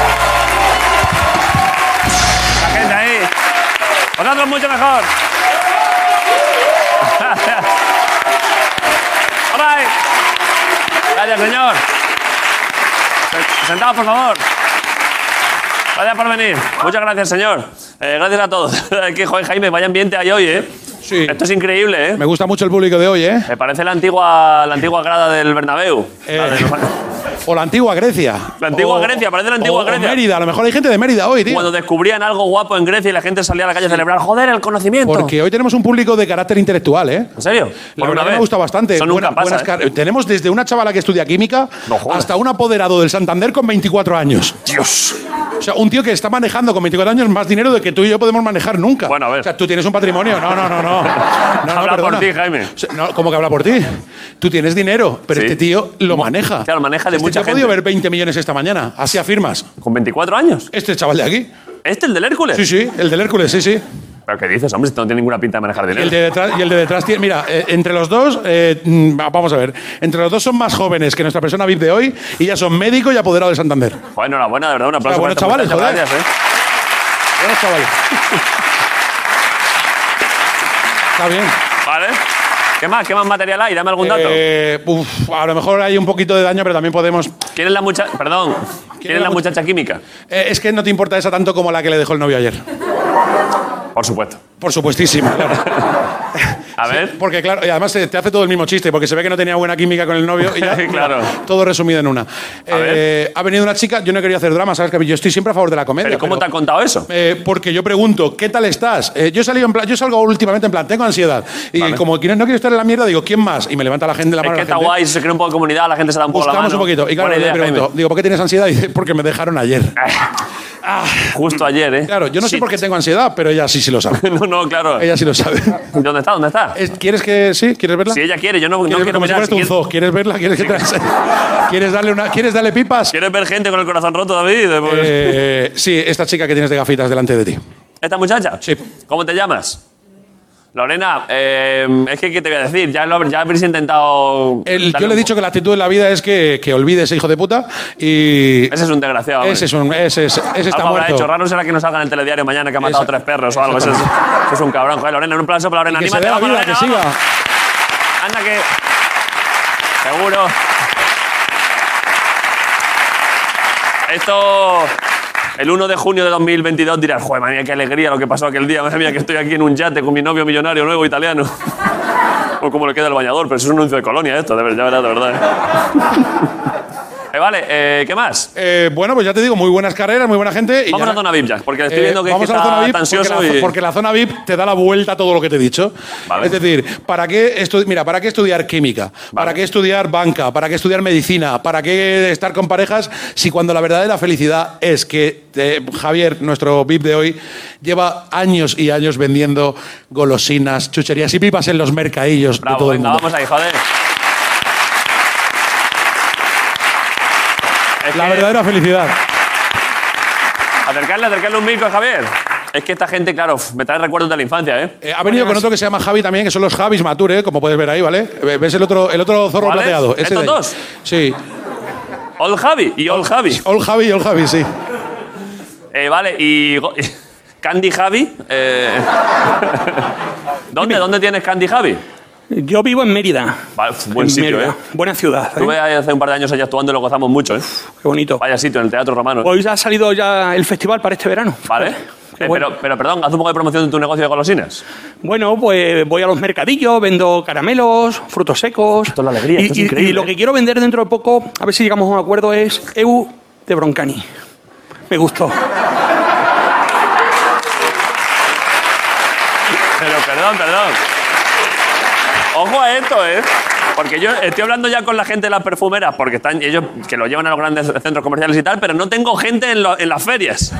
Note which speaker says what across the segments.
Speaker 1: Alright. Gracias, señor. Se- Sentados, por favor. Gracias por venir. Muchas gracias, señor. Eh, gracias a todos. Es que, joder, Jaime, vaya ambiente hay hoy, ¿eh?
Speaker 2: Sí.
Speaker 1: Esto es increíble, ¿eh?
Speaker 2: Me gusta mucho el público de hoy, ¿eh?
Speaker 1: Me parece la antigua, la antigua grada del Bernabéu.
Speaker 2: Eh.
Speaker 1: La de-
Speaker 2: O la antigua Grecia.
Speaker 1: La antigua
Speaker 2: O-
Speaker 1: Grecia, parece la antigua
Speaker 2: o- o
Speaker 1: Grecia.
Speaker 2: Mérida, a lo mejor hay gente de Mérida hoy, tío.
Speaker 1: Cuando descubrían algo guapo en Grecia y la gente salía a la calle a celebrar, joder, el conocimiento.
Speaker 2: Porque hoy tenemos un público de carácter intelectual, ¿eh?
Speaker 1: ¿En serio?
Speaker 2: La
Speaker 1: Por una
Speaker 2: verdad que
Speaker 1: vez.
Speaker 2: me gusta bastante.
Speaker 1: Eso nunca
Speaker 2: Buena-
Speaker 1: pasa,
Speaker 2: buenas
Speaker 1: ¿eh?
Speaker 2: car- Tenemos desde una chavala que estudia química
Speaker 1: No jodas.
Speaker 2: hasta un apoderado del Santander con 24 años.
Speaker 1: Dios.
Speaker 2: O sea, un tío que está manejando con 24 años más dinero de que tú y yo podemos manejar nunca.
Speaker 1: Bueno, a ver.
Speaker 2: O sea, tú tienes un patrimonio. No, no, no, no. no, no,
Speaker 1: Habla por
Speaker 2: perdona.
Speaker 1: ti, Jaime.
Speaker 2: O sea, no, ¿Cómo que habla por ti? Tú tienes dinero, pero
Speaker 1: Sí.
Speaker 2: este tío lo maneja.
Speaker 1: Claro, maneja de
Speaker 2: este
Speaker 1: mucha
Speaker 2: tío ha podido
Speaker 1: gente.
Speaker 2: ver 20 millones esta mañana. Así afirmas.
Speaker 1: ¿Con 24 años?
Speaker 2: Este chaval de aquí.
Speaker 1: ¿Este, el del Hércules?
Speaker 2: Sí, sí, el del Hércules, sí, sí.
Speaker 1: ¿Pero qué dices, hombre? Si no tiene ninguna pinta de manejar
Speaker 2: Y
Speaker 1: dinero.
Speaker 2: el de detrás, y el de detrás tiene- mira, eh, entre los dos, eh, mm, vamos a ver, entre los dos son más jóvenes que nuestra persona VIP de hoy y ya son médico y apoderado de Santander.
Speaker 1: Joder, enhorabuena, de verdad, un aplauso.
Speaker 2: Pero
Speaker 1: para
Speaker 2: bueno,
Speaker 1: esta
Speaker 2: chavales,
Speaker 1: muchacha,
Speaker 2: joder.
Speaker 1: Gracias, ¿eh?
Speaker 2: Bueno, chaval. Está bien.
Speaker 1: ¿eh? Vale. ¿Qué más? ¿Qué más material hay? Dame algún dato.
Speaker 2: Eh, uf, a lo mejor hay un poquito de daño, pero también podemos...
Speaker 1: ¿Quién es la muchacha? Perdón. ¿Quién, es la
Speaker 2: much-
Speaker 1: muchacha química?
Speaker 2: Eh, es que no te importa esa tanto como la que le dejó el novio ayer.
Speaker 1: Por supuesto.
Speaker 2: Por supuestísimo. claro.
Speaker 1: A ver.
Speaker 2: Porque claro, y además eh, te hace todo el mismo chiste, porque se ve que no tenía buena química con el novio y ya,
Speaker 1: Claro.
Speaker 2: todo resumido en una.
Speaker 1: ver.
Speaker 2: Eh, ha venido una chica, yo no quería hacer drama, ¿sabes? Que yo estoy siempre a favor de la comedia.
Speaker 1: ¿Pero cómo
Speaker 2: pero-
Speaker 1: te han contado eso?
Speaker 2: Eh, porque yo pregunto, ¿qué tal estás? Eh, yo, he salido en plan- yo salgo últimamente en plan, tengo ansiedad. Y como que no, no quiero estar en la mierda, digo, ¿quién más? Y me levanta la gente la
Speaker 1: Es
Speaker 2: mano.
Speaker 1: que
Speaker 2: la
Speaker 1: está
Speaker 2: gente.
Speaker 1: guay, se crea un poco de comunidad, la gente se da un poco la
Speaker 2: Buscamos
Speaker 1: mano.
Speaker 2: un poquito. Y claro,
Speaker 1: Buena
Speaker 2: le
Speaker 1: idea,
Speaker 2: pregunto,
Speaker 1: Jaime. Ah,
Speaker 2: digo, ¿por qué tienes ansiedad? Y dice, porque me dejaron ayer.
Speaker 1: Justo ayer, ¿eh?
Speaker 2: Claro, yo no sé
Speaker 1: Sí.
Speaker 2: por qué tengo ansiedad, pero ella sí, sí lo sabe.
Speaker 1: No, no, claro.
Speaker 2: Ella sí lo sabe.
Speaker 1: ¿Dónde está? ¿Dónde está?
Speaker 2: Es- ¿Quieres que sí? ¿Quieres verla?
Speaker 1: Si ella quiere, yo no, no
Speaker 2: ¿Quieres,
Speaker 1: quiero
Speaker 2: como si
Speaker 1: mirar.
Speaker 2: fueras
Speaker 1: Si
Speaker 2: tú un
Speaker 1: quieres,
Speaker 2: zoo. ¿Quieieres verla? ¿Quieres, que te la- ¿Quieres darle una... ¿Quieres darle pipas?
Speaker 1: ¿Quieres ver gente con el corazón roto, David? Pues-
Speaker 2: Eh, sí, esta chica que tienes de gafitas delante de ti.
Speaker 1: ¿Esta muchacha?
Speaker 2: Sí.
Speaker 1: ¿Cómo te llamas? Lorena, eh, es que ¿qué te voy a decir? Ya, lo, ya habréis intentado...
Speaker 2: El-
Speaker 1: darle
Speaker 2: yo le he
Speaker 1: un-
Speaker 2: dicho que la actitud en la vida es que, que olvide ese hijo de puta y
Speaker 1: Ese es un desgraciado. hombre.
Speaker 2: Ese, es un, ese, es- ese está
Speaker 1: Algo habrá
Speaker 2: muerto.
Speaker 1: hecho. Raro será que no salga en el telediario mañana que ha matado
Speaker 2: Esa-
Speaker 1: tres perros o algo. Eso es, eso es un cabrón. Joder, Lorena, un aplauso para Lorena.
Speaker 2: que se
Speaker 1: Anímate,
Speaker 2: dé la
Speaker 1: vamos,
Speaker 2: vida, que
Speaker 1: Lorena,
Speaker 2: siga.
Speaker 1: vamos. Anda que... Seguro. Esto... El 1 de junio de 2022 dirás, joder, madre mía, qué alegría lo que pasó aquel día. Madre mía, que estoy aquí en un yate con mi novio millonario nuevo italiano. o como le queda el bañador, pero eso es un anuncio de colonia esto, de verdad, de verdad. Eh, vale, eh, ¿qué más?
Speaker 2: Eh, bueno, pues ya te digo, muy buenas carreras, muy buena gente. y
Speaker 1: Vamos
Speaker 2: ya-
Speaker 1: a la zona VIP, Jack, porque estoy
Speaker 2: Eh,
Speaker 1: viendo que, es que
Speaker 2: vamos a la zona
Speaker 1: está
Speaker 2: VIP
Speaker 1: tan ansioso
Speaker 2: porque la,
Speaker 1: y...
Speaker 2: porque la zona VIP te da la vuelta a todo lo que te he dicho.
Speaker 1: Vale.
Speaker 2: Es decir, ¿para qué, estu- mira, ¿para qué estudiar química? ¿Para qué estudiar banca? ¿Para qué estudiar medicina? ¿Para qué estar con parejas si cuando la verdadera felicidad es que eh, Javier, nuestro VIP de hoy, lleva años y años vendiendo golosinas, chucherías y pipas en los mercadillos de
Speaker 1: Bravo,
Speaker 2: todo el
Speaker 1: venga,
Speaker 2: mundo?
Speaker 1: vamos ahí, joder. Es
Speaker 2: La
Speaker 1: que-
Speaker 2: verdadera felicidad.
Speaker 1: Acercarle, acercarle un micro a Javier. Es que esta gente, claro, uf, me trae recuerdos de la infancia, ¿eh?
Speaker 2: Eh, ha venido con otro que se llama Javi también, que son los Javis Mature, como puedes ver ahí, ¿vale? Eh, ¿Ves el otro, el otro zorro
Speaker 1: ¿Cuáles?
Speaker 2: plateado? Ese
Speaker 1: ¿Estos
Speaker 2: de ahí.
Speaker 1: dos?
Speaker 2: Sí.
Speaker 1: All Javi y All Javi.
Speaker 2: All Javi y All Javi, sí.
Speaker 1: Eh, vale, y... go- Candy Javi. eh. ¿Dónde, ¿Dónde tienes Candy Javi?
Speaker 3: Yo vivo en Mérida.
Speaker 1: Vale, uf, buen
Speaker 3: En
Speaker 1: sitio,
Speaker 3: Mérida.
Speaker 1: ¿eh?
Speaker 3: Buena ciudad. ¿eh?
Speaker 1: Estuve ahí hace un par de años allá actuando y lo gozamos mucho, ¿eh?
Speaker 3: Qué bonito.
Speaker 1: Vaya sitio, en el Teatro Romano. ¿eh?
Speaker 3: Hoy ha salido ya el festival para este verano.
Speaker 1: Vale.
Speaker 3: Qué
Speaker 1: Eh,
Speaker 3: bueno.
Speaker 1: pero, pero, perdón, haz un poco de promoción de tu negocio de golosinas.
Speaker 3: Bueno, pues voy a los mercadillos, vendo caramelos, frutos secos.
Speaker 1: Esto es la alegría,
Speaker 3: Y,
Speaker 1: esto es
Speaker 3: y-
Speaker 1: increíble,
Speaker 3: y lo
Speaker 1: ¿eh?
Speaker 3: que quiero vender dentro de poco, a ver si llegamos a un acuerdo, es EU de Broncani. Me gustó.
Speaker 1: Pero perdón, perdón. Ojo a esto, ¿eh? Porque yo estoy hablando ya con la gente de las perfumeras, porque están ellos que lo llevan a los grandes centros comerciales y tal, pero no tengo gente en, lo- en las ferias.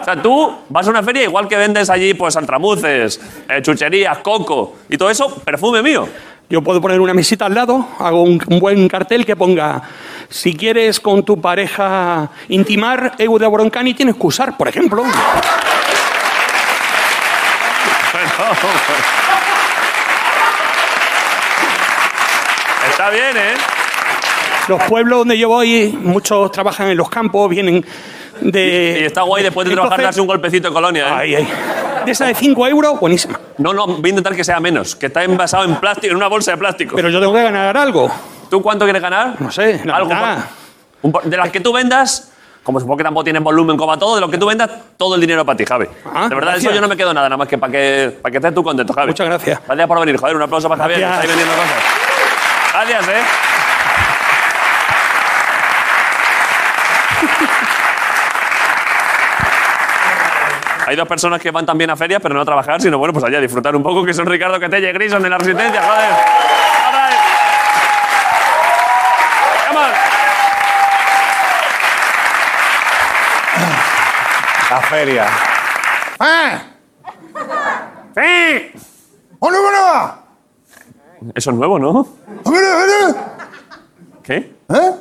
Speaker 1: O sea, tú vas a una feria igual que vendes allí, pues, altramuces, eh, chucherías, coco y todo eso, perfume mío.
Speaker 3: Yo puedo poner una mesita al lado, hago un, un buen cartel que ponga, si quieres con tu pareja intimar, EU de Broncani tienes que usar, por ejemplo.
Speaker 1: Está bien, ¿eh?
Speaker 3: Los pueblos donde yo voy, muchos trabajan en los campos, vienen de...
Speaker 1: Y está guay después de trabajar
Speaker 3: Entonces-
Speaker 1: darse un golpecito en colonia, ¿eh?
Speaker 3: Ay, ay. de esa de 5 euros, buenísima.
Speaker 1: No, no, voy a intentar que sea menos, que está envasado en plástico, en una bolsa de plástico.
Speaker 3: Pero yo tengo que ganar algo.
Speaker 1: ¿Tú cuánto quieres ganar?
Speaker 3: No sé, la
Speaker 1: Algo
Speaker 3: mitad.
Speaker 1: por- un por- de las que tú vendas, como supongo que tampoco tienes volumen como a todo, de lo que tú vendas, todo el dinero para ti, Javi.
Speaker 3: Ah,
Speaker 1: de verdad,
Speaker 3: gracias.
Speaker 1: eso yo no me quedo nada, nada más que para que, para que estés tú contento, Javi.
Speaker 3: Muchas gracias.
Speaker 1: Gracias por venir, joder, un aplauso para Javier, que está ahí
Speaker 3: Gracias.
Speaker 1: vendiendo cosas. Gracias, eh. Hay dos personas que van también a ferias, pero no a trabajar, sino bueno, pues allá a disfrutar un poco, que son Ricardo Catella y Grison de la Resistencia, joder. All right. Come on.
Speaker 4: La feria. ¡Eh!
Speaker 1: ¡Sí!
Speaker 4: ¡Hola, hola!
Speaker 1: Eso es nuevo, ¿no?
Speaker 4: ¡Hola, hola!
Speaker 1: ¿Qué?
Speaker 4: ¿Eh?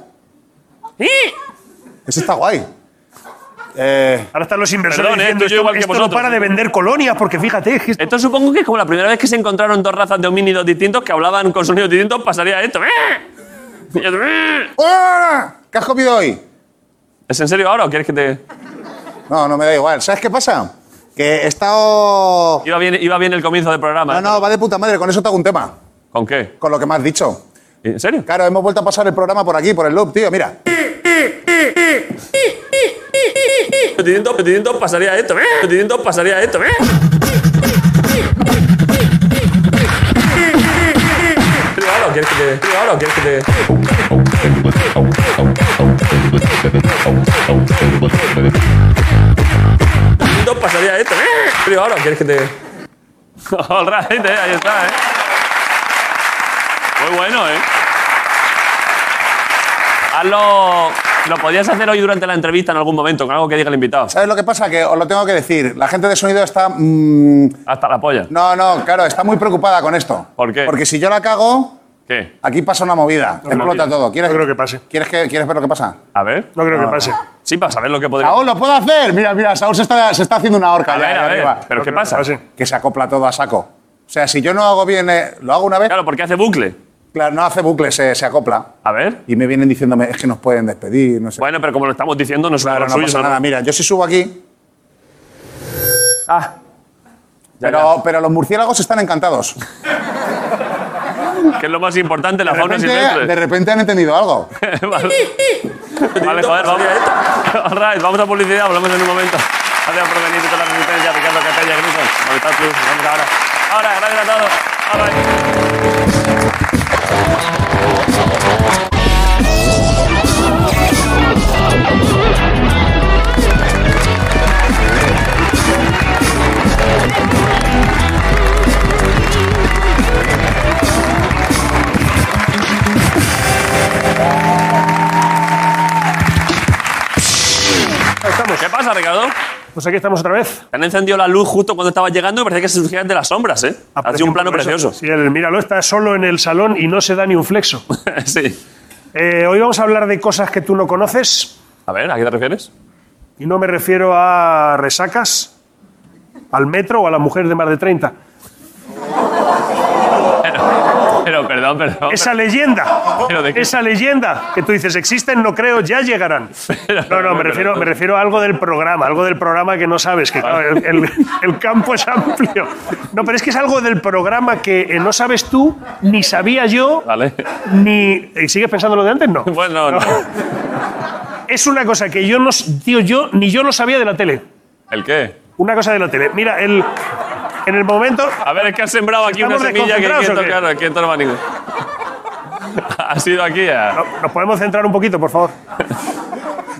Speaker 1: ¡Sí!
Speaker 4: Eso está guay. Eh,
Speaker 5: Ahora están los inversores
Speaker 1: Perdón, eh,
Speaker 5: diciendo
Speaker 1: estoy
Speaker 5: esto,
Speaker 1: yo igual que
Speaker 5: esto no
Speaker 1: vosotros".
Speaker 5: para de vender colonias, porque fíjate, es que esto-
Speaker 1: Esto supongo que es como la primera vez que se encontraron dos razas de homínidos distintos que hablaban con sonidos distintos, pasaría esto. ¡Eh! Y otro, ¡Eh!
Speaker 4: ¡Hola! ¿Qué has comido hoy?
Speaker 1: ¿Es en serio ahora o quieres que te.?
Speaker 4: No, no me da igual. ¿Sabes qué pasa? Que he estado.
Speaker 1: Iba bien, iba bien el comienzo del programa.
Speaker 4: No, no, va de puta madre. Con eso te hago un tema.
Speaker 1: ¿Con qué?
Speaker 4: Con lo que me has dicho.
Speaker 1: ¿En serio?
Speaker 4: Claro, hemos vuelto a pasar el programa por aquí, por el loop, tío. Mira.
Speaker 1: Distintos, distintos, pasaría esto. ¡Eh! Distintos, pasaría esto. ¡Eh! ¿Serio ahora o quieres que te.? ¿Serio ahora o quieres que te.? Distintos, pasaría esto. ¡Eh! ¿Serio ahora o quieres que te.? All right, eh, ahí está, eh. Muy bueno, eh. Hazlo. Lo podías hacer hoy durante la entrevista en algún momento, con algo que diga el invitado.
Speaker 4: ¿Sabes lo que pasa? Que os lo tengo que decir. La gente de sonido está. mm,
Speaker 1: Hasta la polla.
Speaker 4: no, no, claro, está muy preocupada con esto.
Speaker 1: ¿Por qué?
Speaker 4: Porque si yo la cago,
Speaker 1: ¿Qué?
Speaker 4: aquí pasa una movida. explota
Speaker 1: movida.
Speaker 4: todo. ¿Quieres,
Speaker 5: No creo que pase.
Speaker 4: ¿quieres, que- ¿Quieres ver lo que pasa?
Speaker 1: A ver.
Speaker 5: no creo que pase.
Speaker 1: Sí, para saber lo que podría.
Speaker 4: Saúl, ¿lo puedo hacer? Mira, mira, Saúl se está, se está haciendo una horca
Speaker 1: A
Speaker 4: ya,
Speaker 1: ver,
Speaker 4: ahí
Speaker 1: a ver.
Speaker 4: arriba.
Speaker 1: ¿Pero
Speaker 5: No
Speaker 1: qué
Speaker 5: creo que
Speaker 1: pasa?
Speaker 5: pase.
Speaker 4: Que se acopla todo a saco. O sea, si yo no hago bien, eh, lo hago una vez,
Speaker 1: Claro, porque hace bucle.
Speaker 4: claro, no hace bucle, se, se acopla.
Speaker 1: A ver.
Speaker 4: Y me vienen diciéndome, es que nos pueden despedir, no sé.
Speaker 1: Bueno, pero como lo estamos diciendo, no es
Speaker 4: Claro,
Speaker 1: un
Speaker 4: no
Speaker 1: suyo.
Speaker 4: pasa
Speaker 1: ¿no?
Speaker 4: nada. Mira, yo si subo aquí,
Speaker 1: Ah. Ya,
Speaker 4: pero, pero los murciélagos están encantados.
Speaker 1: ya. Que es lo más importante, la
Speaker 4: De
Speaker 1: fauna
Speaker 4: repente, de
Speaker 1: silvestre.
Speaker 4: repente han entendido algo.
Speaker 1: vale. Vale, joder, vamos. All right, vamos a publicidad, hablamos en un momento. Gracias por venir toda la resistencia, Ricardo Catella, Grison. Movistar Plus, nos vemos ahora. Ahora, gracias a todos. All right. ¿Qué pasa, Ricardo?
Speaker 5: Pues aquí estamos otra vez.
Speaker 1: Te han encendido la luz justo cuando estabas llegando y parecía que se surgían de las sombras, ¿eh? Ha sido un plano
Speaker 5: Por eso,
Speaker 1: precioso.
Speaker 5: Sí, el- míralo, está solo en el salón y no se da ni un flexo.
Speaker 1: sí.
Speaker 5: Eh, hoy vamos a hablar de cosas que tú no conoces,
Speaker 1: A ver, ¿a qué te refieres?
Speaker 5: y no me refiero a resacas, al metro o a la mujer de más de 30.
Speaker 1: Pero, perdón, perdón.
Speaker 5: Esa leyenda,
Speaker 1: ¿Pero de qué?
Speaker 5: esa leyenda que tú dices, existen, no creo, ya llegarán. No, no, me refiero, me refiero a algo del programa, algo del programa que no sabes, que claro, el, el- el campo es amplio. No, pero es que es algo del programa que eh, no sabes tú, ni sabía yo,
Speaker 1: Vale.
Speaker 5: ni... ¿y ¿Sigues pensando lo de antes? No.
Speaker 1: Bueno, no.
Speaker 5: Es una cosa que yo no... s- Tío, yo ni yo lo sabía de la tele.
Speaker 1: ¿El qué?
Speaker 5: Una cosa de la tele. Mira, el, en el momento...
Speaker 1: A ver, es que has sembrado aquí una
Speaker 5: ¿Estamos
Speaker 1: semilla que
Speaker 5: desconcentrados
Speaker 1: quién
Speaker 5: o qué?
Speaker 1: tocar, quién toma ningún. Ha sido aquí a.
Speaker 5: No, Ah, ¿Nos podemos centrar un poquito, por favor?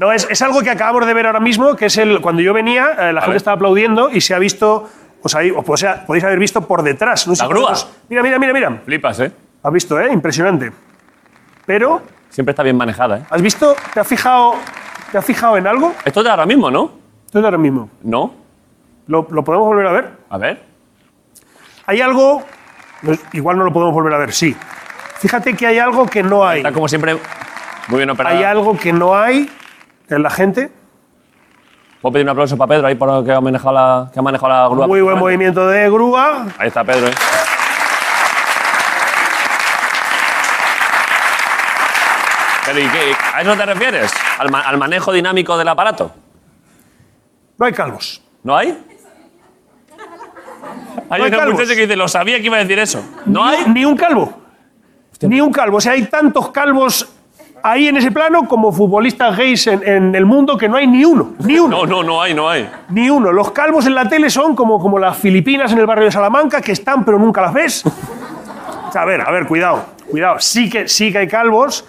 Speaker 5: No, es, es algo que acabamos de ver ahora mismo, que es el... Cuando yo venía, eh, la gente
Speaker 1: ver.
Speaker 5: estaba aplaudiendo y se ha visto... Os ahí, o o sea, podéis haber visto por detrás. No sé
Speaker 1: La
Speaker 5: si
Speaker 1: grúa.
Speaker 5: vosotros- Mira, mira, mira, mira.
Speaker 1: Flipas, ¿eh?
Speaker 5: Has visto, ¿eh? Impresionante. Pero,
Speaker 1: Siempre está bien manejada, ¿eh?
Speaker 5: ¿has visto? ¿Te has fijado, ¿te has fijado en algo?
Speaker 1: Esto es de ahora mismo, ¿no?
Speaker 5: Esto es de ahora mismo.
Speaker 1: No.
Speaker 5: ¿Lo, ¿Lo podemos volver a ver?
Speaker 1: A ver.
Speaker 5: Hay algo. no- Igual no lo podemos volver a ver, sí. Fíjate que hay algo que no hay.
Speaker 1: Está como siempre muy bien operada.
Speaker 5: Hay algo que no hay en la gente.
Speaker 1: Puedo pedir un aplauso para Pedro ahí por que ha manejado la, que ha manejado la grúa.
Speaker 5: Muy buen movimiento de grúa.
Speaker 1: Ahí está Pedro, ¿eh? Pero, ¿y qué? ¿A eso te refieres? ¿Al, ma- al manejo dinámico del aparato?
Speaker 5: No hay calvos.
Speaker 1: ¿No hay? Hay
Speaker 5: No hay
Speaker 1: una
Speaker 5: calvos.
Speaker 1: muchacha que dice, lo sabía que iba a decir eso. No hay.
Speaker 5: Ni un calvo. Ni un calvo. O sea, hay tantos calvos ahí en ese plano como futbolistas gays en, en el mundo que no hay ni uno. Ni uno.
Speaker 1: No, no, no hay, no hay.
Speaker 5: Ni uno. Los calvos en la tele son como, como las filipinas en el barrio de Salamanca, que están pero nunca las ves. O sea, A ver, a ver, cuidado. Cuidado. Sí que, sí que hay calvos,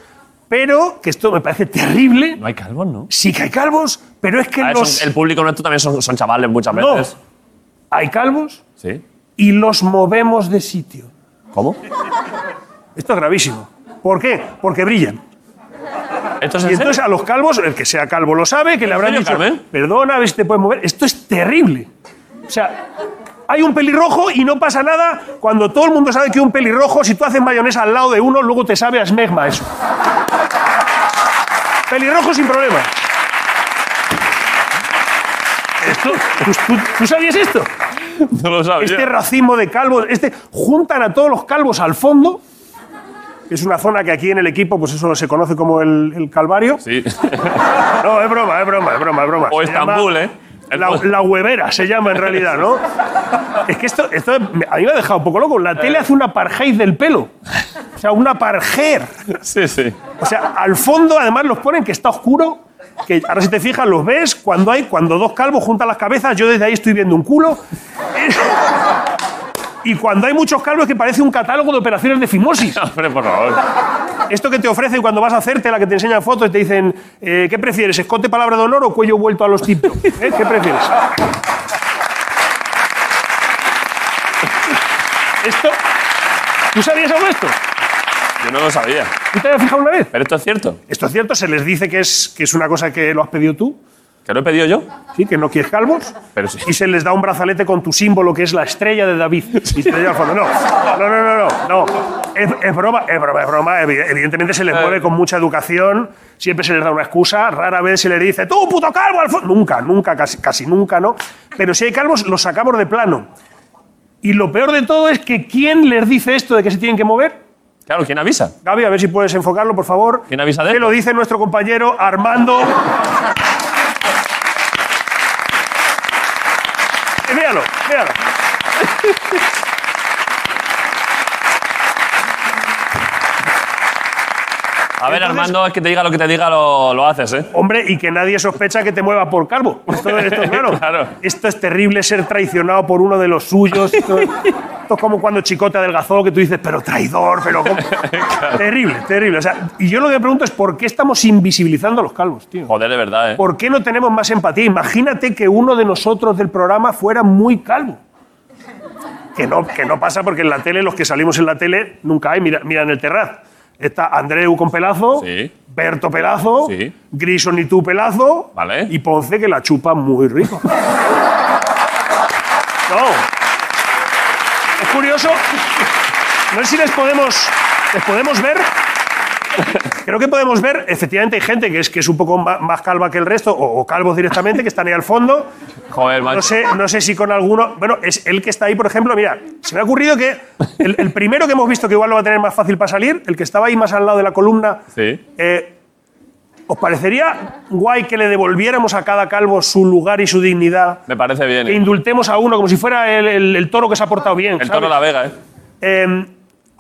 Speaker 5: pero, que esto me parece terrible,
Speaker 1: No hay calvos, ¿no?
Speaker 5: sí que hay calvos, pero es que
Speaker 1: Ah,
Speaker 5: los...
Speaker 1: son- el público nuestro también son, son chavales muchas
Speaker 5: No.
Speaker 1: veces.
Speaker 5: Hay calvos
Speaker 1: Sí.
Speaker 5: y los movemos de sitio.
Speaker 1: ¿Cómo?
Speaker 5: Esto es gravísimo. ¿Por qué? Porque brillan.
Speaker 1: Esto es en
Speaker 5: Y entonces
Speaker 1: serio?
Speaker 5: a los calvos, el que sea calvo lo sabe, que le habrán
Speaker 1: serio,
Speaker 5: dicho,
Speaker 1: Carmen?
Speaker 5: perdona, a ver si te puedes mover. Esto es terrible. O sea, hay un pelirrojo y no pasa nada cuando todo el mundo sabe que un pelirrojo, si tú haces mayonesa al lado de uno, luego te sabe a esmegma eso. pelirrojo sin problema. Esto, ¿tú, tú- tú sabías esto?
Speaker 1: No lo sabía.
Speaker 5: Este racimo de calvos, este, juntan a todos los calvos al fondo. que Es una zona que aquí en el equipo, pues eso se conoce como el, el calvario.
Speaker 1: Sí.
Speaker 5: No, es broma, es broma, es broma, es broma.
Speaker 1: O
Speaker 5: Se llama
Speaker 1: Estambul, ¿eh?
Speaker 5: La, la huevera se llama en realidad, ¿no? Es que esto, esto me- a mí me ha dejado un poco loco. La tele hace una parjeis del pelo. O sea, una parjer.
Speaker 1: Sí, sí.
Speaker 5: O sea, al fondo además los ponen que está oscuro. Que ahora si te fijas los ves cuando hay cuando dos calvos juntan las cabezas. Yo desde ahí estoy viendo un culo. Y cuando hay muchos calvos que parece un catálogo de operaciones de fimosis.
Speaker 1: Hombre, por favor.
Speaker 5: Esto que te ofrecen cuando vas a hacerte, la que te enseñan fotos y te dicen, eh, ¿qué prefieres? ¿Escote palabra de honor o cuello vuelto a los tipos? ¿Eh? ¿Qué prefieres? Esto. ¿Tú sabías algo de esto?
Speaker 1: Yo no lo sabía.
Speaker 5: ¿Tú te habías fijado una vez?
Speaker 1: Pero esto es cierto.
Speaker 5: Esto es cierto, se les dice que es, que es una cosa que lo has pedido tú,
Speaker 1: ¿Que lo he pedido yo?
Speaker 5: ¿sí? que no quieres calvos,
Speaker 1: Pero sí.
Speaker 5: y se les da un brazalete con tu símbolo que es la estrella de David. Y te lleva al fondo. No, no, no, no, no. no. Es, es broma, es broma, es broma. Evi- Evidentemente se les mueve con mucha educación, siempre se les da una excusa, rara vez se les dice, tú, puto calvo, al fondo. Nunca, nunca, casi, casi nunca, ¿no? Pero si hay calvos, los sacamos de plano. Y lo peor de todo es que ¿quién les dice esto de que se tienen que mover?
Speaker 1: Claro, ¿quién avisa?
Speaker 5: Gaby, a ver si puedes enfocarlo, por favor.
Speaker 1: ¿Quién avisa de
Speaker 5: Que
Speaker 1: esto?
Speaker 5: lo dice nuestro compañero Armando. Eh, véalo, véalo.
Speaker 1: A ver, Armando, es que te diga lo que te diga, lo, lo haces, ¿eh?
Speaker 5: Hombre, y que nadie sospecha que te mueva por calvo. Esto, esto, claro,
Speaker 1: Claro.
Speaker 5: esto es terrible ser traicionado por uno de los suyos. Esto, esto es como cuando Chicote adelgazó, que tú dices, pero traidor, pero ¿cómo?". Terrible, terrible. O sea, y yo lo que me pregunto es por qué estamos invisibilizando a los calvos, tío.
Speaker 1: Joder, de verdad, ¿eh?
Speaker 5: ¿Por qué no tenemos más empatía? Imagínate que uno de nosotros del programa fuera muy calvo. Que no, que no pasa porque en la tele, los que salimos en la tele, nunca hay. Mira, mira en el terraz. Está Andreu con pelazo,
Speaker 1: Sí.
Speaker 5: Berto pelazo,
Speaker 1: Sí.
Speaker 5: Grison y tú pelazo,
Speaker 1: Vale.
Speaker 5: y Ponce que la chupa muy rico. no. Es curioso. No sé si les podemos, les podemos ver. Creo que podemos ver, efectivamente, hay gente que es, que es un poco ma- más calva que el resto, o, o calvos directamente, que están ahí al fondo.
Speaker 1: Joder, macho.
Speaker 5: No sé, no sé si con alguno. Bueno, es el que está ahí, por ejemplo, mira, se me ha ocurrido que el, el primero que hemos visto que igual lo va a tener más fácil para salir, el que estaba ahí más al lado de la columna,
Speaker 1: Sí.
Speaker 5: eh, ¿os parecería guay que le devolviéramos a cada calvo su lugar y su dignidad?
Speaker 1: Me parece bien.
Speaker 5: Que
Speaker 1: ¿eh?
Speaker 5: indultemos a uno como si fuera el, el- el toro que se ha portado bien.
Speaker 1: El
Speaker 5: ¿sabes?
Speaker 1: toro la vega, ¿eh?
Speaker 5: Eh,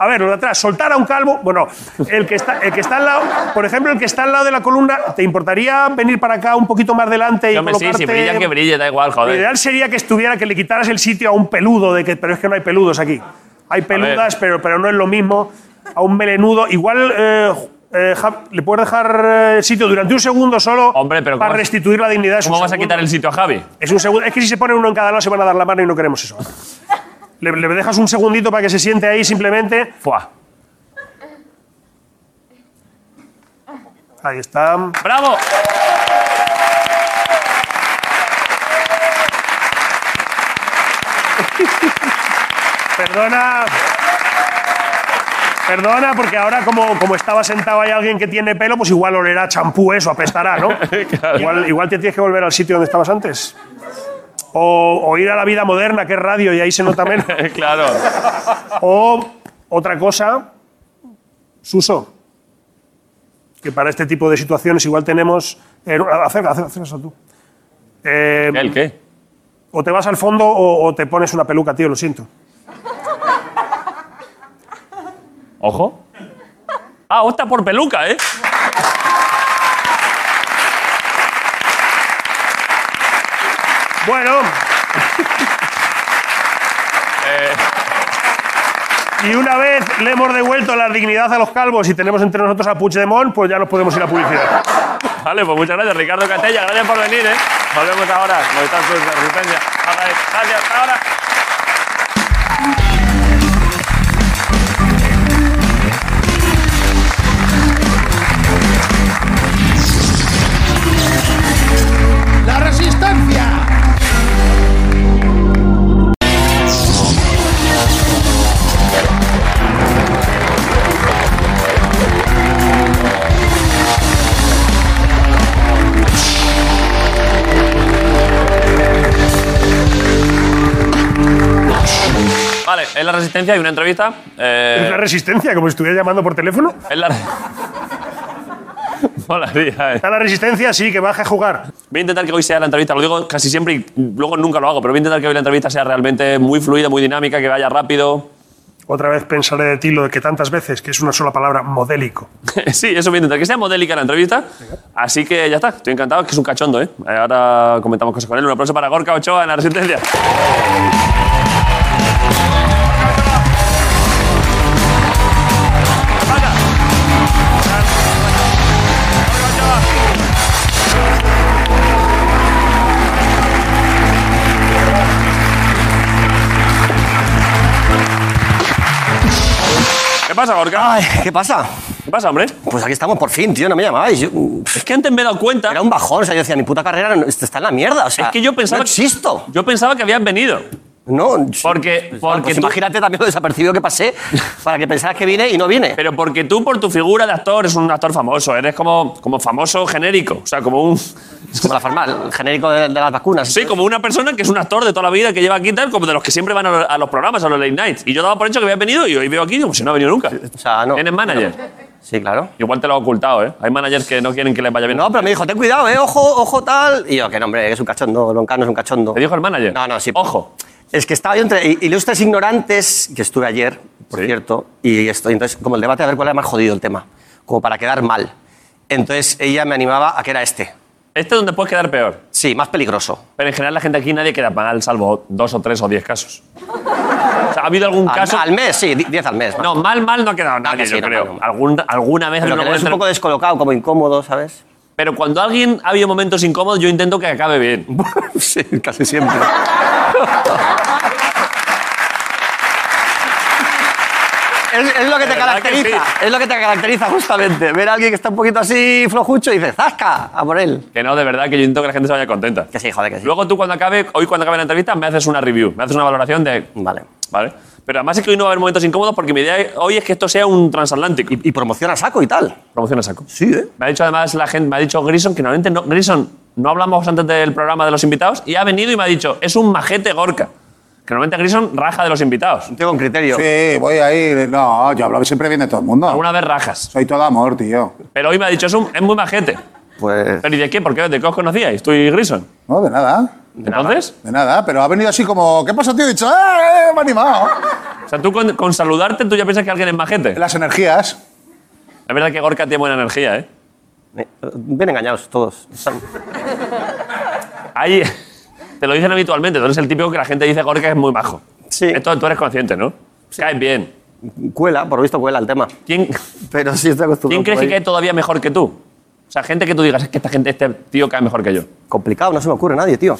Speaker 5: a ver, lo de atrás, soltar a un calvo. Bueno, el que, está, el que está al lado, por ejemplo, el que está al lado de la columna, ¿te importaría venir para acá un poquito más delante y
Speaker 1: Sí, hombre, sí, si
Speaker 5: colocarte-
Speaker 1: brilla, que brille, da igual,
Speaker 5: Lo
Speaker 1: joder.
Speaker 5: ideal sería que estuviera, que le quitaras el sitio a un peludo, de que, pero es que no hay peludos aquí. Hay peludas, pero, pero no es lo mismo. A un melenudo. Igual eh, eh, Ja- le puedes dejar eh, el sitio durante un segundo solo
Speaker 1: Hombre, pero
Speaker 5: para
Speaker 1: ¿cómo-
Speaker 5: restituir la dignidad. Es
Speaker 1: ¿Cómo
Speaker 5: un
Speaker 1: vas a
Speaker 5: segundo.
Speaker 1: quitar el sitio a Javi?
Speaker 5: Es un segundo. Es que si se pone uno en cada lado se van a dar la mano y no queremos eso. Le, le dejas un segundito para que se siente ahí simplemente.
Speaker 1: Fuá.
Speaker 5: Ahí está.
Speaker 1: ¡Bravo!
Speaker 5: Perdona. Perdona, porque ahora como, como estaba sentado hay alguien que tiene pelo, pues igual olerá a champú eso, apestará, ¿no? igual, igual te tienes que volver al sitio donde estabas antes. O, o ir a la vida moderna, que es radio, y ahí se nota menos.
Speaker 1: claro.
Speaker 5: O otra cosa, Suso, que para este tipo de situaciones igual tenemos... eh, no, acerca, acerca, acerca eso tú. Eh,
Speaker 1: ¿El qué?
Speaker 5: O te vas al fondo o, o te pones una peluca, tío, lo siento.
Speaker 1: Ojo. Ah, opta por peluca, ¿eh?
Speaker 5: Bueno. Eh. Y una vez le hemos devuelto la dignidad a los calvos y tenemos entre nosotros a Puigdemont, pues ya nos podemos ir a publicidad.
Speaker 1: Vale, pues muchas gracias, Ricardo Catella. Gracias por venir, ¿eh? Volvemos ahora. Movistar Plus de Resistencia. Gracias, hasta ahora.
Speaker 6: ¡La resistencia!
Speaker 1: Vale, en la Resistencia hay una entrevista. eh,
Speaker 5: Es la resistencia, como si estuviera llamando por teléfono.
Speaker 1: en la. Molaría, ¿eh?
Speaker 5: Está la resistencia, sí, que baja a jugar.
Speaker 1: Voy a intentar que hoy sea la entrevista, lo digo casi siempre y luego nunca lo hago, pero voy a intentar que hoy la entrevista sea realmente muy fluida, muy dinámica, que vaya rápido.
Speaker 5: Otra vez pensaré de ti lo de que tantas veces, que es una sola palabra, modélico.
Speaker 1: sí, eso voy a intentar, que sea modélica la entrevista. Así que ya está, estoy encantado, es que es un cachondo, ¿eh? Ahora comentamos cosas con él. Un aplauso para Gorka Ochoa en la Resistencia. ¿Qué pasa, Gorka?
Speaker 7: Ay, ¿qué pasa?
Speaker 1: ¿Qué pasa, hombre?
Speaker 7: Pues aquí estamos por fin, tío, no me llamabais. Yo, mm,
Speaker 1: Es que antes me he dado cuenta.
Speaker 7: era un bajón, o sea, yo decía, mi puta carrera no- está en la mierda, o sea.
Speaker 1: Es que yo pensaba
Speaker 7: No existo.
Speaker 1: Yo pensaba que habías venido.
Speaker 7: No,
Speaker 1: Porque-
Speaker 7: pues,
Speaker 1: porque
Speaker 7: pues
Speaker 1: tú-
Speaker 7: imagínate también lo desapercibido que pasé para que pensaras que vine y no vine.
Speaker 1: Pero porque tú, por tu figura de actor, eres un actor famoso. Eres como, como famoso genérico. O sea, como un.
Speaker 7: Como la farma, el genérico de, de las vacunas.
Speaker 1: Sí, como una persona que es un actor de toda la vida que lleva aquí tal, como de los que siempre van a, lo- a los programas, a los late nights. Y yo daba por hecho que había venido y hoy veo aquí como si no ha venido nunca.
Speaker 7: O sea, no.
Speaker 1: Tienes manager.
Speaker 7: Sí, claro.
Speaker 1: Igual te lo ha ocultado, ¿eh? Hay managers que no quieren que les vaya bien.
Speaker 7: No, pero me dijo, ten cuidado, eh, ojo, ojo, tal. Y yo, que no, hombre, que es un cachondo, Loncano es un cachondo.
Speaker 1: ¿Te dijo el manager?
Speaker 7: No, no, sí.
Speaker 1: Ojo.
Speaker 7: Es que estaba yo entre i- ilustres ignorantes, que estuve ayer, por
Speaker 1: Sí.
Speaker 7: cierto, y estoy, entonces, como el debate a ver cuál era más jodido el tema, como para quedar mal. Entonces ella me animaba a que era este.
Speaker 1: Este es donde puedes quedar peor.
Speaker 7: Sí, más peligroso.
Speaker 1: Pero en general la gente aquí nadie queda mal, salvo dos o tres o diez casos. O sea, ¿ha habido algún
Speaker 7: Al,
Speaker 1: caso?
Speaker 7: al mes, sí, di- 10 al mes. más.
Speaker 1: No, mal, mal no ha quedado nadie,
Speaker 7: que sí,
Speaker 1: yo
Speaker 7: no,
Speaker 1: creo.
Speaker 7: no, no.
Speaker 1: Algún- alguna vez...
Speaker 7: pero
Speaker 1: en
Speaker 7: que
Speaker 1: alguna
Speaker 7: eres un
Speaker 1: entre-
Speaker 7: poco descolocado, como incómodo, ¿sabes?
Speaker 1: Pero cuando alguien ha habido momentos incómodos, yo intento que acabe bien.
Speaker 7: sí, casi siempre. Es, es lo que
Speaker 1: ¿Verdad
Speaker 7: te
Speaker 1: que
Speaker 7: caracteriza,
Speaker 1: sí?
Speaker 7: es lo que te caracteriza justamente. Ver a alguien que está un poquito así flojucho y dices, ¡zasca! A por él.
Speaker 1: Que no, de verdad, que yo intento que la gente se vaya contenta.
Speaker 7: Que sí, joder, que sí.
Speaker 1: Luego tú cuando acabe, hoy cuando acabe la entrevista, me haces una review, me haces una valoración de...
Speaker 7: Vale.
Speaker 1: Vale. Pero además es que hoy no va a haber momentos incómodos porque mi idea hoy es que esto sea un transatlántico.
Speaker 7: Y, y promociona saco y tal.
Speaker 1: Promoción a saco.
Speaker 7: Sí, ¿eh?
Speaker 1: Me ha dicho además la gente, me ha dicho Grison, que normalmente no, Grison, no hablamos antes del programa de los invitados, y ha venido y me ha dicho, es un majete gorca. Que normalmente Grison raja de los invitados.
Speaker 7: Tengo un criterio.
Speaker 4: Sí, voy ahí. No, yo hablo siempre bien de todo el mundo.
Speaker 1: Alguna vez rajas.
Speaker 4: Soy todo amor, tío.
Speaker 1: Pero hoy me ha dicho, es, un- es muy majete.
Speaker 7: Pues.
Speaker 1: Pero ¿y de qué? ¿Por qué? ¿De qué os conocíais? ¿Tú y Grison?
Speaker 4: No, de nada.
Speaker 1: Entonces,
Speaker 4: De nada, pero ha venido así como, ¿qué pasa, tío? He dicho, ¡eh! eh, Me ha animado.
Speaker 1: o sea, tú con, con saludarte, tú ya piensas que alguien es majete.
Speaker 4: Las energías.
Speaker 1: La verdad que Gorka tiene buena energía, ¿eh?
Speaker 7: eh, Bien engañados todos.
Speaker 1: Ahí, te lo dicen habitualmente, tú eres el típico que la gente dice Gorka es muy majo.
Speaker 7: Sí.
Speaker 1: Esto tú eres consciente, ¿no? Caes bien.
Speaker 7: Cuela, por lo visto cuela el tema.
Speaker 1: ¿Quién,
Speaker 7: Pero sí estoy
Speaker 1: ¿quién
Speaker 7: acostumbrado.
Speaker 1: crees
Speaker 7: por
Speaker 1: que
Speaker 7: ahí.
Speaker 1: cae todavía mejor que tú? O sea, gente que tú digas, es que esta gente, este tío cae mejor que yo.
Speaker 7: Complicado, no se me ocurre a nadie, tío.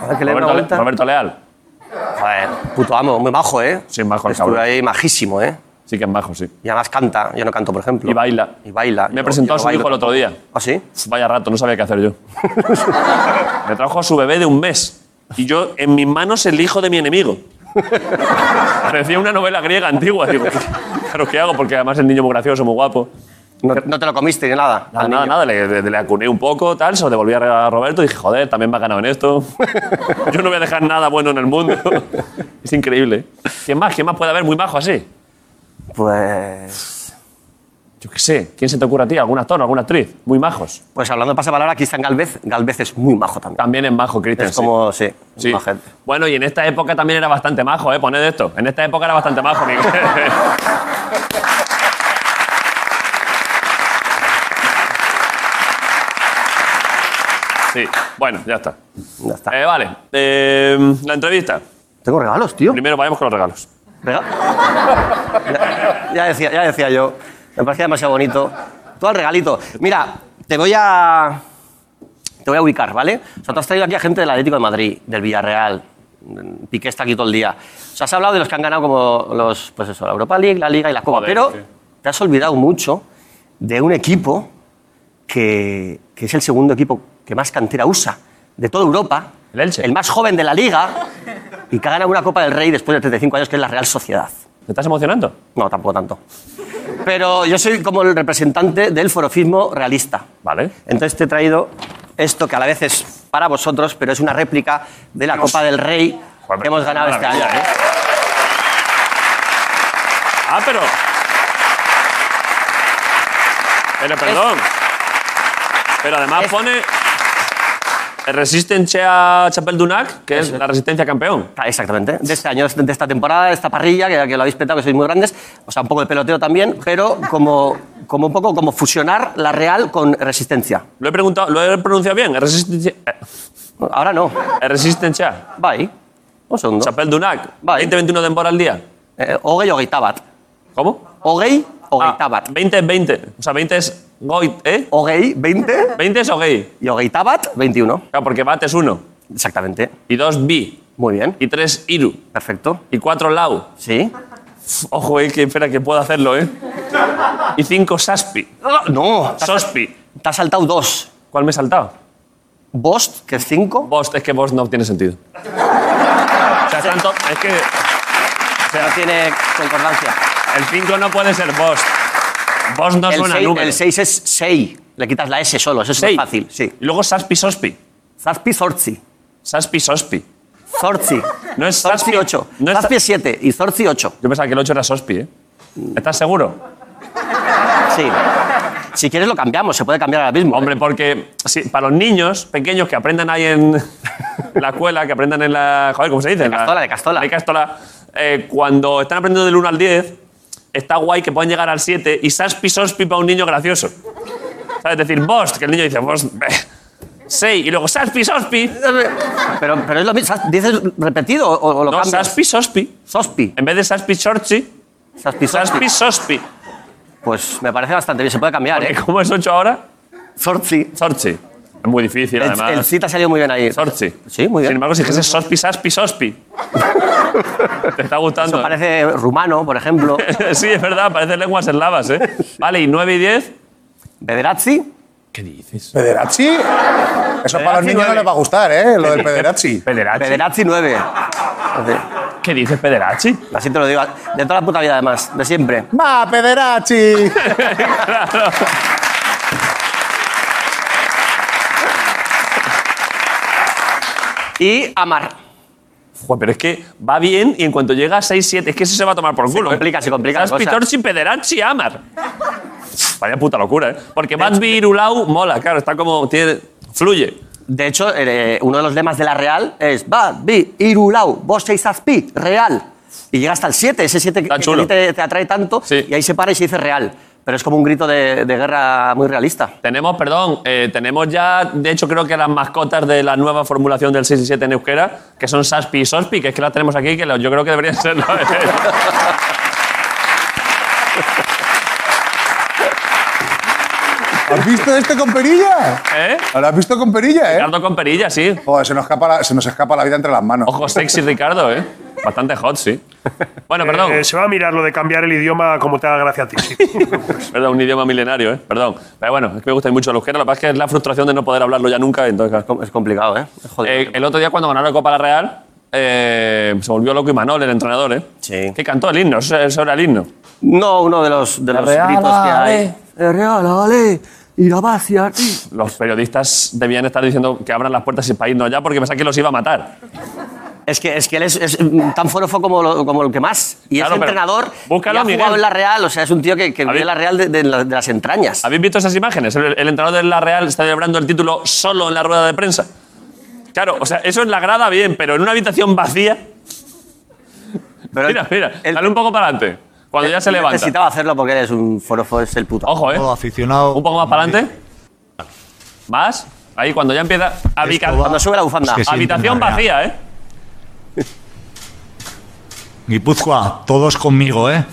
Speaker 7: A ver que le dé
Speaker 1: Roberto,
Speaker 7: una
Speaker 1: Le-
Speaker 7: vuelta.
Speaker 1: Roberto Leal.
Speaker 7: Joder, puto amo, muy majo, ¿eh?
Speaker 1: Sí, majo el
Speaker 7: Estuve
Speaker 1: cabrón.
Speaker 7: ahí majísimo, ¿eh?
Speaker 1: Sí que es majo, sí.
Speaker 7: Y además canta, yo no canto, por ejemplo.
Speaker 1: Y baila.
Speaker 7: Y baila.
Speaker 1: Me
Speaker 7: Yo-
Speaker 1: presentó
Speaker 7: yo
Speaker 1: a
Speaker 7: no
Speaker 1: su
Speaker 7: bailo
Speaker 1: hijo el otro día.
Speaker 7: tampoco. ¿Ah, sí?
Speaker 1: Vaya rato, no sabía qué hacer yo. Me trajo a su bebé de un mes. Y yo, en mis manos, el hijo de mi enemigo. Parecía una novela griega antigua. Digo, claro, ¿qué hago? Porque además el niño muy gracioso, muy guapo.
Speaker 7: No, no te lo comiste ni nada.
Speaker 1: Nada,
Speaker 7: al
Speaker 1: nada,
Speaker 7: niño.
Speaker 1: nada, le, le- le acuné un poco, tal, se lo devolví a Roberto y dije, joder, también me ha ganado en esto. Yo no voy a dejar nada bueno en el mundo. es ¿eh? increíble. ¿Quién más? ¿Quién más puede haber muy majo así?
Speaker 7: Pues.
Speaker 1: Yo qué sé. ¿Quién se te ocurre a ti? ¿Algún actor o alguna actriz? Muy majos.
Speaker 7: Pues hablando de pasapalabra, aquí está en Galvez. Galvez es muy majo también.
Speaker 1: También es majo, Cristian.
Speaker 7: es como, sí,
Speaker 1: Sí.
Speaker 7: es majete.
Speaker 1: Bueno, y en esta época también era bastante majo, ¿eh? Poned esto. En esta época era bastante majo, Miguel. Sí, bueno, ya está.
Speaker 7: Ya está.
Speaker 1: Eh, vale, Eh, la entrevista.
Speaker 7: Tengo regalos, tío.
Speaker 1: Primero vayamos con los regalos.
Speaker 7: Rega- ya, ya decía, ya decía yo. Me parecía demasiado bonito. Todo el regalito. Mira, te voy a. Te voy a ubicar, ¿vale? O sea, te has traído aquí a gente del Atlético de Madrid, del Villarreal. Piqué está aquí todo el día. O sea, has hablado de los que han ganado como los, pues eso, la Europa League, la Liga y la Copa.
Speaker 1: Joder,
Speaker 7: pero
Speaker 1: sí.
Speaker 7: te has olvidado mucho de un equipo que, que es el segundo equipo que más cantera usa de toda Europa.
Speaker 1: El Elche.
Speaker 7: El más joven de la Liga y que ha ganado una Copa del Rey después de 35 años, que es la Real Sociedad.
Speaker 1: ¿Te estás emocionando?
Speaker 7: No, tampoco tanto. Pero yo soy como el representante del forofismo realista.
Speaker 1: Vale.
Speaker 7: Entonces te he traído esto que a la vez es para vosotros, pero es una réplica de la Copa del Rey
Speaker 1: Joder,
Speaker 7: que hemos ganado este año.
Speaker 1: Pues maravilla, ¿eh? Ah, pero... Pero perdón. Pero además
Speaker 7: Es-
Speaker 1: pone... Resistance a Chapel Dunac, que es
Speaker 7: Eso es.
Speaker 1: la resistencia campeón.
Speaker 7: Ah, Exactamente, de este año, de esta temporada, de esta parrilla, que, que lo habéis petado, que sois muy grandes. O sea, un poco de peloteo también, pero como, como un poco como fusionar la Real con Resistencia.
Speaker 1: Lo he, preguntado, lo he pronunciado bien. Resistencia...
Speaker 7: Ahora no.
Speaker 1: Resistance a
Speaker 7: Va ahí. Un segundo.
Speaker 1: Chapel Dunac.
Speaker 7: Vale.
Speaker 1: 20-21 temporadas al día.
Speaker 7: Eh, Ogei Ogeitabat.
Speaker 1: ¿Cómo?
Speaker 7: Ogei
Speaker 1: Ah,
Speaker 7: Ogeitabat.
Speaker 1: 20-20. O sea, 20 es... Goit, ¿Eh?
Speaker 7: Ogei 20
Speaker 1: ¿20 es o gay?
Speaker 7: y Ogeitabat 21.
Speaker 1: Claro, porque Bat es 1.
Speaker 7: Exactamente.
Speaker 1: Y 2 Bi.
Speaker 7: Muy bien.
Speaker 1: Y 3 Iru.
Speaker 7: Perfecto.
Speaker 1: Y 4 Lau.
Speaker 7: Sí.
Speaker 1: Ojo, eh, que espera que puedo hacerlo, ¿eh? Y cinco Saspi.
Speaker 7: No. Te has-
Speaker 1: Sospi.
Speaker 7: te has saltado dos.
Speaker 1: ¿Cuál me he saltado?
Speaker 7: Bost, que es 5.
Speaker 1: Bost, es que Bost no tiene sentido. O sea, tanto, es que
Speaker 7: Pero tiene concordancia.
Speaker 1: el 5 no puede ser Bost. Bost no
Speaker 7: el
Speaker 1: suena a
Speaker 7: 6,
Speaker 1: número.
Speaker 7: el 6 es 6. Le quitas la S solo. Eso es más
Speaker 1: Seis.
Speaker 7: fácil. Sí.
Speaker 1: Y luego Saspi Sospi.
Speaker 7: Zaspi Zorzi.
Speaker 1: Saspi Sospi.
Speaker 7: Zorzi.
Speaker 1: No es
Speaker 7: Zorzi
Speaker 1: Zaspi-
Speaker 7: 8.
Speaker 1: no es
Speaker 7: Zaspi es 7 y Zorzi 8.
Speaker 1: Yo pensaba que el 8 era Sospi, ¿eh? ¿Estás seguro?
Speaker 7: Sí. Si quieres lo cambiamos. Se puede cambiar ahora mismo.
Speaker 1: Hombre, porque sí, para los niños pequeños que aprendan ahí en la escuela, que aprendan en la. Joder, ¿cómo se dice? En la-
Speaker 7: Castola, de Castola.
Speaker 1: De Castola. eh, cuando están aprendiendo del 1 al 10, está guay que puedan llegar al 7 y Saspi Sospi para un niño gracioso. ¿Sabes? Es decir, Bost, que el niño dice Bost. 6 y luego Saspi Sospi.
Speaker 7: Pero, pero es lo mismo. Sas- ¿Dices repetido o, o lo
Speaker 1: No,
Speaker 7: cambias?
Speaker 1: Saspi Sospi.
Speaker 7: Sospi.
Speaker 1: En vez de Saspi Chorchi,
Speaker 7: Saspi Zorzi.
Speaker 1: Saspi Sospi.
Speaker 7: Pues me parece bastante bien. Se puede cambiar,
Speaker 1: Porque
Speaker 7: ¿eh?
Speaker 1: ¿Cómo es 8 ahora?
Speaker 7: Zorzi.
Speaker 1: Chorchi. Es muy difícil,
Speaker 7: El, el
Speaker 1: además.
Speaker 7: sí te ha salido muy bien ahí.
Speaker 1: Sorchi.
Speaker 7: Sí, muy bien.
Speaker 1: Sin embargo, si dijese Sospi Saspi Sospi. Te está gustando.
Speaker 7: Eso
Speaker 1: ¿eh?
Speaker 7: parece rumano, por ejemplo.
Speaker 1: sí, es verdad, parecen lenguas eslavas, ¿eh? Vale, y 9 y 10.
Speaker 7: Bederazzi.
Speaker 1: ¿Qué dices?
Speaker 4: ¿Pederazzi? Eso para los niños no
Speaker 1: nueve.
Speaker 4: les va a gustar, ¿eh? Lo del Pederazzi.
Speaker 1: ¿Pederachi?
Speaker 7: Bederazzi 9.
Speaker 1: ¿Qué dices, Pederachi?
Speaker 7: Así te lo digo. De toda la puta vida, además. De siempre.
Speaker 4: ¡Va, Pederazzi!
Speaker 1: claro.
Speaker 7: Y Amar.
Speaker 1: Joder, pero es que va bien y en cuanto llega a 6, 7, es que eso se va a tomar por culo.
Speaker 7: complica,
Speaker 1: ¿eh?
Speaker 7: se complica la
Speaker 1: Saspi,
Speaker 7: cosa.
Speaker 1: Torchi, Pederachi, Amar. Vaya puta locura, ¿eh? Porque Batby Irulau mola, claro, está como. Tiene, fluye.
Speaker 7: De hecho, eh, uno de los lemas de la Real es va, vi, irulau, vos seis azpi, Real. Y llega hasta el 7, ese 7 que,
Speaker 1: Está
Speaker 7: que a
Speaker 1: Ah, chulo.
Speaker 7: ti te, te atrae tanto.
Speaker 1: Sí.
Speaker 7: Y ahí se para y se dice Real. Pero es como un grito de, de guerra muy realista.
Speaker 1: Tenemos, perdón, eh, tenemos ya, de hecho, creo que las mascotas de la nueva formulación del 6 y 7 en euskera, que son Saspi y Sospi, que es que las tenemos aquí, que lo- yo creo que deberían ¿Eh? serlo.
Speaker 4: ¿Has visto este con perilla?
Speaker 1: ¿Eh?
Speaker 4: ¿Lo has visto con perilla, eh?
Speaker 1: Ricardo con perilla, sí.
Speaker 4: Joder, se nos, escapa la, se nos escapa la vida entre las manos.
Speaker 1: Ojo sexy, Ricardo, ¿eh? Bastante hot, sí. Bueno, perdón.
Speaker 5: Eh, se va a mirar lo de cambiar el idioma como te haga gracia a ti. sí.
Speaker 1: Perdón, un idioma milenario, ¿eh? Perdón. Pero bueno, es que me gusta mucho el euskera. Lo que pasa es que es la frustración de no poder hablarlo ya nunca. Entonces, claro.
Speaker 7: Com- Es complicado, ¿eh? Es jodido.
Speaker 1: Eh, el otro día, cuando ganaron la Copa la Real, eh, se volvió loco Imanol, el entrenador, ¿eh?
Speaker 7: Sí.
Speaker 1: Que cantó el himno, eso eso era el himno.
Speaker 7: No, uno de los, de los
Speaker 1: Real,
Speaker 7: gritos que hay.
Speaker 1: ale.
Speaker 7: El Real, ale, y la vacia, y-
Speaker 1: Los periodistas debían estar diciendo que abran las puertas y para irnos ya porque pensaba que los iba a matar.
Speaker 7: Es que, es que él es, es mm, tan forofo como, lo- como el que más. Y
Speaker 1: Claro,
Speaker 7: es
Speaker 1: pero
Speaker 7: entrenador.
Speaker 1: búscalo,
Speaker 7: y ha jugado
Speaker 1: Miguel.
Speaker 7: en la Real. O sea, es un tío que, que vive
Speaker 1: ver.
Speaker 7: la Real de, de la- de las entrañas.
Speaker 1: ¿Habéis visto esas imágenes? El, el entrenador de La Real está celebrando el título solo en la rueda de prensa. Claro, o sea, eso en la grada bien, pero en una habitación vacía.
Speaker 7: Pero
Speaker 1: mira, mira,
Speaker 7: él-
Speaker 1: dale un poco para adelante. Cuando ya se
Speaker 7: él
Speaker 1: levanta.
Speaker 7: Necesitaba hacerlo porque eres un forofo, es el puto.
Speaker 1: Ojo, ¿eh?
Speaker 8: Todo aficionado.
Speaker 1: Un poco más para adelante. ¿Más? Ahí, cuando ya empieza. Habica-
Speaker 8: Esto
Speaker 7: Cuando sube la bufanda.
Speaker 8: Es que sí.
Speaker 1: habitación
Speaker 8: Real.
Speaker 1: vacía, ¿eh?
Speaker 8: Guipúzcoa, todos conmigo, ¿eh?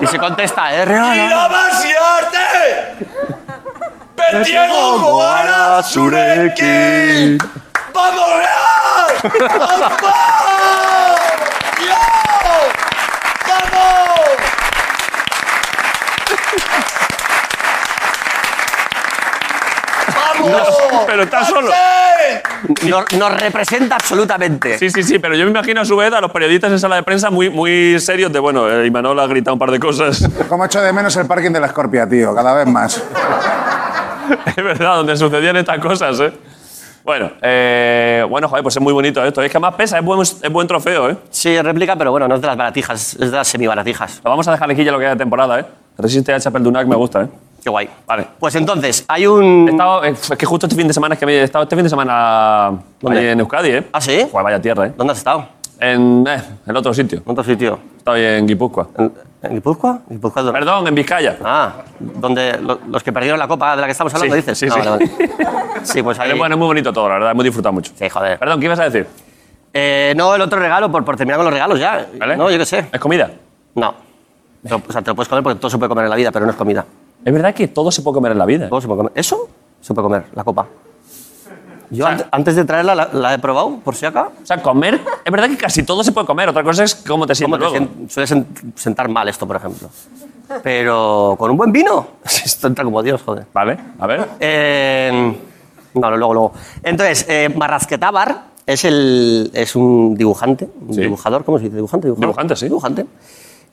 Speaker 7: Y se contesta, ¿eh? Real. ¿no?
Speaker 1: Pero está solo.
Speaker 7: Nos, nos eh", representa absolutamente.
Speaker 1: Sí, sí, sí, pero yo me imagino a su vez a los periodistas en sala de prensa muy, muy serios de, bueno, eh, Imanol ha gritado un par de cosas.
Speaker 4: Como echo de menos el parking de la Scorpia, tío, cada vez más.
Speaker 1: Es verdad, donde sucedían estas cosas, ¿eh? Bueno, eh, bueno, joder, pues es muy bonito esto. Es que más pesa, es buen, es buen trofeo, ¿eh?
Speaker 7: Sí, réplica, pero bueno, no es de las baratijas, es de las semibaratijas.
Speaker 1: Lo vamos a dejar aquí ya lo que queda de temporada, ¿eh? Resiste a Chapeldunac, me gusta, ¿eh?
Speaker 7: Qué guay.
Speaker 1: Vale.
Speaker 7: Pues entonces, hay
Speaker 1: He
Speaker 7: un.
Speaker 1: estado, es que justo este fin de semana, es que me he estado este fin de semana
Speaker 7: ¿Dónde?
Speaker 1: ahí en Euskadi, ¿eh?
Speaker 7: ¿Ah, sí?
Speaker 1: Joder, vaya tierra, ¿eh?
Speaker 7: ¿Dónde has estado?
Speaker 1: En, eh, el otro sitio.
Speaker 7: ¿En otro sitio?
Speaker 1: He estado ahí en Guipúzcoa.
Speaker 7: ¿En, en Guipúzcoa? ¿Guipúzcoa? dónde?
Speaker 1: Perdón, en Vizcaya.
Speaker 7: Ah, donde lo- los que perdieron la copa de la que estamos hablando,
Speaker 1: Sí,
Speaker 7: dices.
Speaker 1: sí,
Speaker 7: Ah,
Speaker 1: sí.
Speaker 7: vale, vale. Sí, pues ahí.
Speaker 1: Pero bueno, es muy bonito todo, la verdad, hemos disfrutado mucho.
Speaker 7: Sí, joder.
Speaker 1: Perdón, ¿qué ibas a decir?
Speaker 7: Eh, no, el otro regalo, por, por terminar con los regalos ya.
Speaker 1: ¿Vale?
Speaker 7: No, yo qué sé.
Speaker 1: ¿Es comida?
Speaker 7: No. Te lo- O sea, te lo puedes comer porque todo se puede comer en la vida, pero no es comida.
Speaker 1: Es verdad que todo se puede comer en la vida. ¿eh?
Speaker 7: Todo se puede comer. ¿Eso? Se puede comer, la copa. Yo ante- antes de traerla la, la he probado, por si acá.
Speaker 1: O sea, comer, es verdad que casi todo se puede comer. Otra cosa es cómo te sientes
Speaker 7: ¿Cómo te
Speaker 1: luego.
Speaker 7: sien- suele sen- sentar mal esto, por ejemplo? Pero con un buen vino. Esto entra como Dios, joder.
Speaker 1: Vale, a ver.
Speaker 7: Eh, no, no, luego, luego. Entonces, eh, Marrazquetábar es, el, es un dibujante, un
Speaker 1: Sí.
Speaker 7: dibujador, ¿cómo se dice? Dibujante, dibujador.
Speaker 1: Dibujante, sí.
Speaker 7: Dibujante.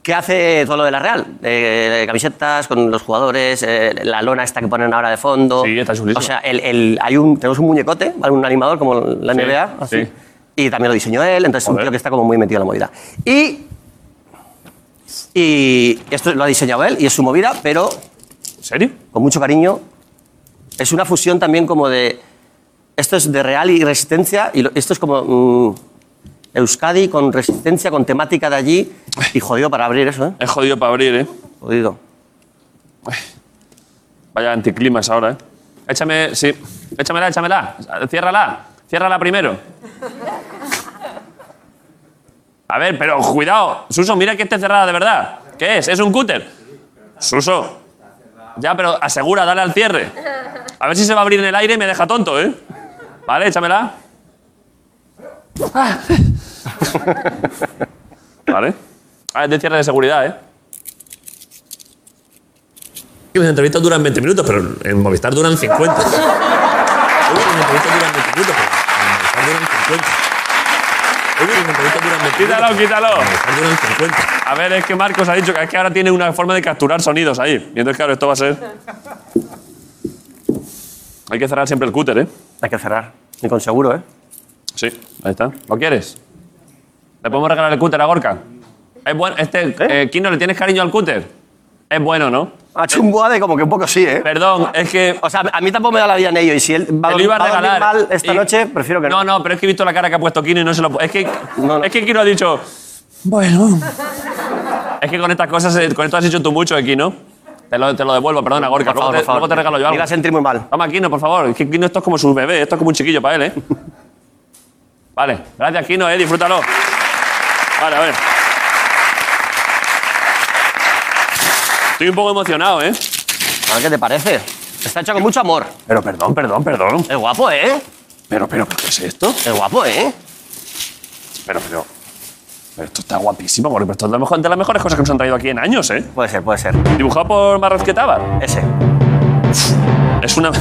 Speaker 7: Que hace todo lo de la Real. Eh, camisetas con los jugadores, eh, la lona esta que ponen ahora de fondo.
Speaker 1: Sí, está chulísimo.
Speaker 7: O sea, el, el- hay un, tenemos un muñecote, ¿vale? un animador como la
Speaker 1: Sí,
Speaker 7: NBA, así.
Speaker 1: sí.
Speaker 7: Y también lo diseñó él, entonces es un
Speaker 1: Joder.
Speaker 7: tío que está como muy metido en la movida. Y, y esto lo ha diseñado él y es su movida, pero
Speaker 1: ¿En serio?
Speaker 7: con mucho cariño. Es una fusión también como de. Esto es de Real y Resistencia, y lo- esto es como. mm, Euskadi con Resistencia, con temática de allí. Y jodido para abrir eso, ¿eh?
Speaker 1: Es jodido para abrir, ¿eh?
Speaker 7: Jodido.
Speaker 1: Vaya anticlimas ahora, ¿eh? Échame, sí. Échamela, échamela. Ciérrala. Ciérrala primero. A ver, pero cuidado. Suso, mira que esté cerrada de verdad. ¿Qué es? ¿Es un cúter? Suso. Ya, pero asegura, dale al cierre. A ver si se va a abrir en el aire y me deja tonto, ¿eh? Vale, échamela. Ah. Vale. Ah, es de cierre de seguridad, ¿eh?
Speaker 9: Mis entrevistas duran 20 minutos, pero en Movistar duran 50. Uy, Mis entrevistas duran 20 minutos, pero en Movistar duran 50. Uy, Mis entrevistas duran 20 minutos,
Speaker 1: Quítalo, quítalo.
Speaker 9: pero en Movistar duran 50.
Speaker 1: A ver, es que Marcos ha dicho que es que ahora tiene una forma de capturar sonidos ahí. Y entonces, claro, esto va a ser. Hay que cerrar siempre el cúter, ¿eh?
Speaker 7: Hay que cerrar. Y con seguro, ¿eh?
Speaker 1: Sí. Ahí está. ¿Lo quieres? ¿Le podemos regalar el cúter a Gorka? Es bueno. Este, eh, Kino, ¿le tienes cariño al cúter? Es bueno, ¿no?
Speaker 7: Ha hecho un boade como que un poco sí, ¿eh?
Speaker 1: Perdón, es que.
Speaker 7: O sea, a mí tampoco me da la vida en ello. Y si él va,
Speaker 1: Te lo iba a
Speaker 7: va dormir
Speaker 1: regalar. ¿eh?
Speaker 7: mal esta
Speaker 1: Y-
Speaker 7: noche, prefiero que no.
Speaker 1: No, no, pero es que he visto la cara que ha puesto Kino y no se lo. Es que,
Speaker 7: No, no.
Speaker 1: Es que Kino ha dicho. Bueno. Es que con estas cosas, eh, con esto has hecho tú mucho, eh, Kino. Te lo, te lo devuelvo, perdona, Gorka.
Speaker 7: Por
Speaker 1: luego,
Speaker 7: favor,
Speaker 1: te,
Speaker 7: por favor.
Speaker 1: luego te regalo yo
Speaker 7: Me
Speaker 1: algo.
Speaker 7: iba a sentir muy mal.
Speaker 1: Toma, Kino, por favor. Es que Kino, esto es como su bebé, esto es como un chiquillo para él, ¿eh? Vale, gracias, Kino, ¿eh? Disfrútalo. Vale, a ver. Estoy un poco emocionado, ¿eh?
Speaker 7: A ver qué te parece. Está hecho con mucho amor.
Speaker 1: Pero perdón, perdón, perdón.
Speaker 7: Es guapo, ¿eh?
Speaker 1: Pero, pero, ¿qué es esto?
Speaker 7: Es guapo, ¿eh?
Speaker 1: Pero, pero. Pero esto está guapísimo, porque esto es de lo mejor- de las mejores cosas que nos han traído aquí en años, ¿eh?
Speaker 7: Puede ser, puede ser.
Speaker 1: Dibujado por Marrasquetábar.
Speaker 7: Ese.
Speaker 1: Es una.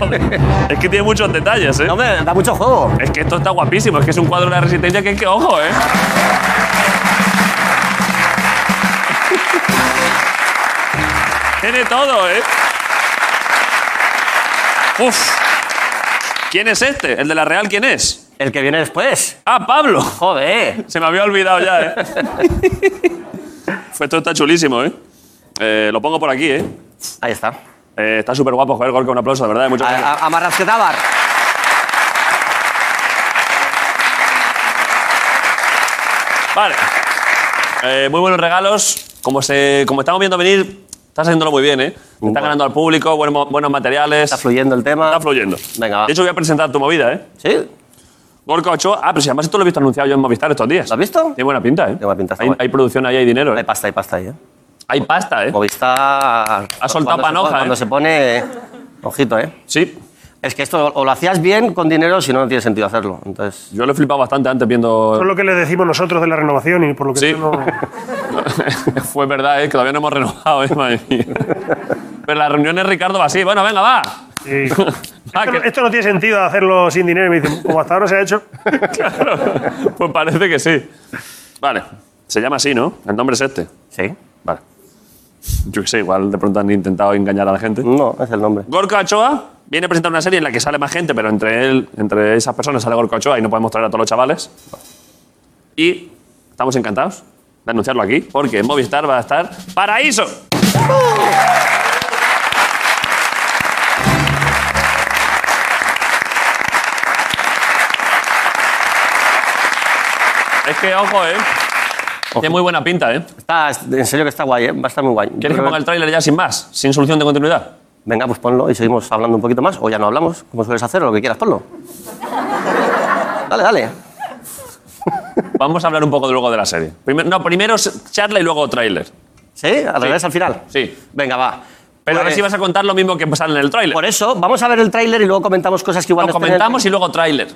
Speaker 1: Joder, es que tiene muchos detalles, ¿eh?
Speaker 7: No, hombre, da mucho juego.
Speaker 1: Es que esto está guapísimo, es que es un cuadro de la resistencia que es que ojo, ¿eh? Tiene todo, ¿eh? Uf. ¿Quién es este? ¿El de la Real quién es?
Speaker 7: El que viene después.
Speaker 1: Ah, Pablo.
Speaker 7: Joder.
Speaker 1: Se me había olvidado ya, ¿eh? Fue- Esto está chulísimo, ¿eh? Eh, Lo pongo por aquí, ¿eh?
Speaker 7: Ahí está.
Speaker 1: Eh, está súper guapo, joder, Gorka, un aplauso, de verdad. Muchas gracias.
Speaker 7: A, a, a Marrasquetábar. ah.
Speaker 1: Vale. Eh, muy buenos regalos. Como, se, como estamos viendo venir, estás haciéndolo muy bien, ¿eh? Te está ganando al público, buen mo- buenos materiales.
Speaker 7: Uh, Está fluyendo el tema.
Speaker 1: Está fluyendo.
Speaker 7: Venga, va.
Speaker 1: De hecho, voy a presentar tu movida, ¿eh?
Speaker 7: ¿Sí?
Speaker 1: Gorka Ochoa. Ah, pero si además esto lo he visto anunciado yo en Movistar estos días.
Speaker 7: ¿Lo has visto?
Speaker 1: Tiene buena pinta, ¿eh?
Speaker 7: Tiene buena pinta, está
Speaker 1: Hay,
Speaker 7: guay.
Speaker 1: hay producción ahí, hay dinero,
Speaker 7: Hay
Speaker 1: ¿eh?
Speaker 7: pasta, hay pasta ahí, ¿eh?
Speaker 1: Hay pasta, ¿eh?
Speaker 7: Movistar...
Speaker 1: Ha soltado
Speaker 7: cuando
Speaker 1: panoja,
Speaker 7: se
Speaker 1: ¿eh?
Speaker 7: pone- Cuando se pone... Ojito, ¿eh?
Speaker 1: Sí.
Speaker 7: Es que esto o lo hacías bien con dinero, si no, no tiene sentido hacerlo. Entonces...
Speaker 1: Yo lo he flipado bastante antes viendo...
Speaker 5: Eso es lo que le decimos nosotros de la renovación y por lo que
Speaker 1: Sí.
Speaker 5: yo no-
Speaker 1: Fue verdad, ¿eh? que todavía no hemos renovado, ¿eh? madre mía. Pero la reunión es Ricardo va así. Bueno, venga, va.
Speaker 5: Sí. Esto,
Speaker 1: Va,
Speaker 5: no-
Speaker 1: que-
Speaker 5: esto no tiene sentido hacerlo sin dinero. Y me dicen, como hasta ahora se ha hecho.
Speaker 1: Claro, pues parece que sí. Vale, se llama así, ¿no? El nombre es este.
Speaker 7: ¿Sí?
Speaker 1: Vale. Yo qué sé, igual de pronto han intentado engañar a la gente.
Speaker 7: No, es el nombre.
Speaker 1: Gorka Ochoa viene a presentar una serie en la que sale más gente, pero entre él, entre esas personas sale Gorka Ochoa y no podemos traer a todos los chavales. Y estamos encantados de anunciarlo aquí, porque en Movistar va a estar Paraíso. Es que, ojo, ¿eh? Tiene muy buena pinta, ¿eh?
Speaker 7: Está, en serio que está guay, ¿eh? Va a estar muy guay.
Speaker 1: ¿Quieres que
Speaker 7: Yo creo
Speaker 1: ponga el tráiler ya sin más? Sin solución de continuidad.
Speaker 7: Venga, pues ponlo y seguimos hablando un poquito más. O ya no hablamos, como sueles hacer, o lo que quieras, ponlo. Dale, dale.
Speaker 1: Vamos a hablar un poco luego de la serie. Primer- no, primero s- charla y luego tráiler.
Speaker 7: ¿Sí? ¿Al revés, al final?
Speaker 1: Sí.
Speaker 7: Venga, va.
Speaker 1: Pero ahora
Speaker 7: Pues,
Speaker 1: sí vas a contar lo mismo que sale en el tráiler.
Speaker 7: Por eso, vamos a ver el tráiler y luego comentamos cosas que igual
Speaker 1: Lo
Speaker 7: no estén en el-
Speaker 1: comentamos y luego tráiler.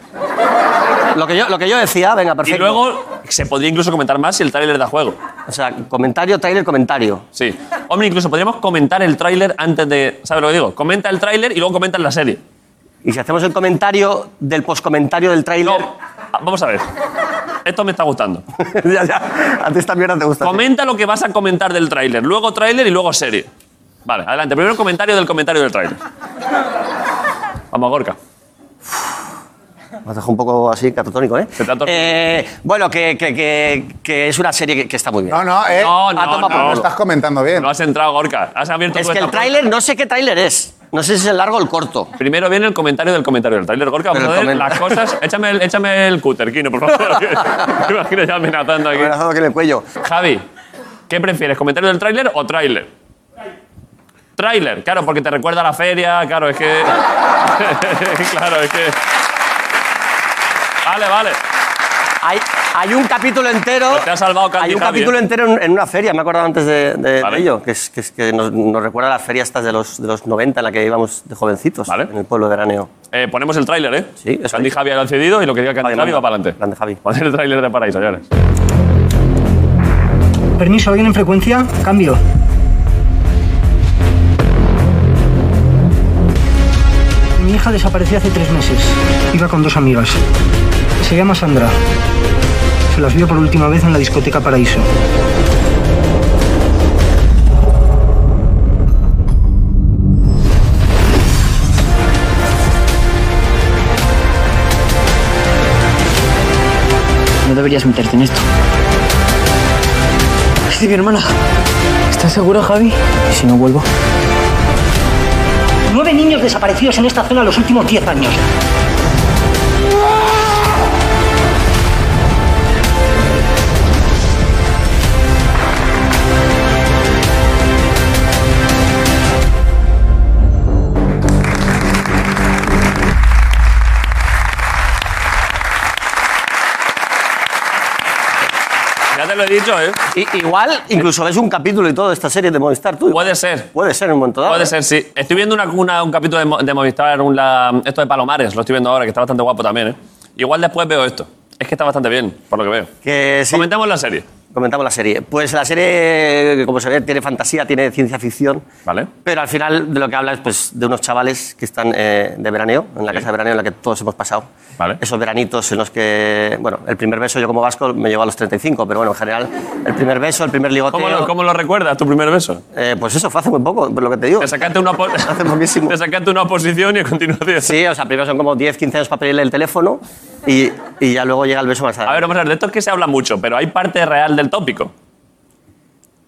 Speaker 7: Lo que, yo, lo que yo decía, venga,
Speaker 1: Y
Speaker 7: perfecto.
Speaker 1: luego se podría incluso comentar más si el tráiler da juego.
Speaker 7: O sea, comentario, tráiler, comentario.
Speaker 1: Sí. Hombre, incluso podríamos comentar el tráiler antes de... ¿Sabes lo que digo? Comenta el tráiler y luego comenta la serie.
Speaker 7: Y si hacemos el comentario del poscomentario del
Speaker 1: No,
Speaker 7: tráiler...
Speaker 1: ah, vamos a ver. Esto me está gustando.
Speaker 7: ya, ya. A ti esta mierda te gusta.
Speaker 1: Comenta lo que vas a comentar del tráiler, luego tráiler y luego serie. Vale, adelante. Primero comentario del comentario del tráiler. Vamos, Gorka.
Speaker 7: Me has dejado un poco así, catatónico, ¿eh?
Speaker 1: Te trato-
Speaker 7: Eh, bueno, que, que, que, que es una serie que, que está muy bien.
Speaker 4: No, no, eh.
Speaker 1: No, no,
Speaker 7: Ah, toma,
Speaker 1: no.
Speaker 4: Lo estás comentando bien.
Speaker 1: No has entrado, Gorka. Has abierto
Speaker 7: es
Speaker 1: tu
Speaker 7: que el
Speaker 1: estampón.
Speaker 7: tráiler, no sé qué tráiler es. No sé si es el largo o el corto.
Speaker 1: Primero viene el comentario del comentario del tráiler, Gorka. Vamos
Speaker 7: Pero
Speaker 1: a ver
Speaker 7: el comen-
Speaker 1: las cosas. Échame el, échame el cúter, Kino, por favor. Me imagino ya amenazando aquí.
Speaker 7: Abrazado aquí en el cuello.
Speaker 1: Javi, ¿qué prefieres, comentario del tráiler o tráiler? Tráiler, claro, porque te recuerda a la feria, claro, es que... claro, es que... Vale, vale.
Speaker 7: Hay, hay un capítulo entero.
Speaker 1: Te ha salvado Candy
Speaker 7: Hay un
Speaker 1: Javi,
Speaker 7: capítulo
Speaker 1: ¿eh?
Speaker 7: entero en, en una feria, me he acordado antes de, de- de
Speaker 1: Vale.
Speaker 7: ello, que, es, que, es- que nos, nos recuerda a las ferias estas de los, de los 90 en la que íbamos de jovencitos,
Speaker 1: Vale.
Speaker 7: en el pueblo de Araneo.
Speaker 1: Eh, ponemos el tráiler, ¿eh?
Speaker 7: Sí, eso
Speaker 1: Candy
Speaker 7: es.
Speaker 1: Javi lo ha cedido y lo que diga Candy
Speaker 7: Javi,
Speaker 1: Javi va
Speaker 7: manda.
Speaker 1: para adelante.
Speaker 7: Grande, Javi.
Speaker 1: Poner el tráiler de Paraíso, señores.
Speaker 10: Permiso, ¿alguien en frecuencia? Cambio. Mi hija desapareció hace tres meses. Iba con dos amigas. Se llama Sandra. Se las vio por última vez en la discoteca Paraíso. No deberías meterte en esto. Sí, mi hermana. ¿Estás seguro, Javi? ¿Y si no vuelvo? Nueve niños desaparecidos en esta zona los últimos diez años.
Speaker 1: Ya te lo he dicho, ¿eh?
Speaker 7: I- igual, incluso ves un capítulo y todo de esta serie de Movistar, tú.
Speaker 1: Puede ser.
Speaker 7: Puede ser en un momento dado.
Speaker 1: Puede
Speaker 7: ¿eh?
Speaker 1: ser, sí. Estoy viendo una, una- un capítulo de, Mo- de Movistar, un la- esto de Palomares, lo estoy viendo ahora, que está bastante guapo también, ¿eh? Igual después veo esto. Es que está bastante bien, por lo que veo.
Speaker 7: Que sí.
Speaker 1: Comentemos la serie.
Speaker 7: Comentamos la serie. Pues la serie, como se ve, tiene fantasía, tiene ciencia ficción.
Speaker 1: Vale.
Speaker 7: Pero al final de lo que habla es pues, de unos chavales que están eh, de veraneo, en la casa de veraneo en la que todos hemos pasado.
Speaker 1: Vale.
Speaker 7: Esos veranitos en los que, bueno, el primer beso yo como vasco me llevo a los 35, pero bueno, en general, el primer beso, el primer ligoteo...
Speaker 1: ¿Cómo lo, cómo lo recuerdas, tu primer beso?
Speaker 7: Eh, pues eso, fue hace muy poco, por lo que te digo.
Speaker 1: Te sacaste una, po-
Speaker 7: Hace poquísimo.
Speaker 1: te sacaste una posición y a continuación.
Speaker 7: Sí, o sea, primero son como 10, 15 años para pedirle el teléfono y, y ya luego llega el beso más
Speaker 1: A
Speaker 7: tarde.
Speaker 1: ver, vamos a ver, de esto es que se habla mucho, pero hay parte real del tópico.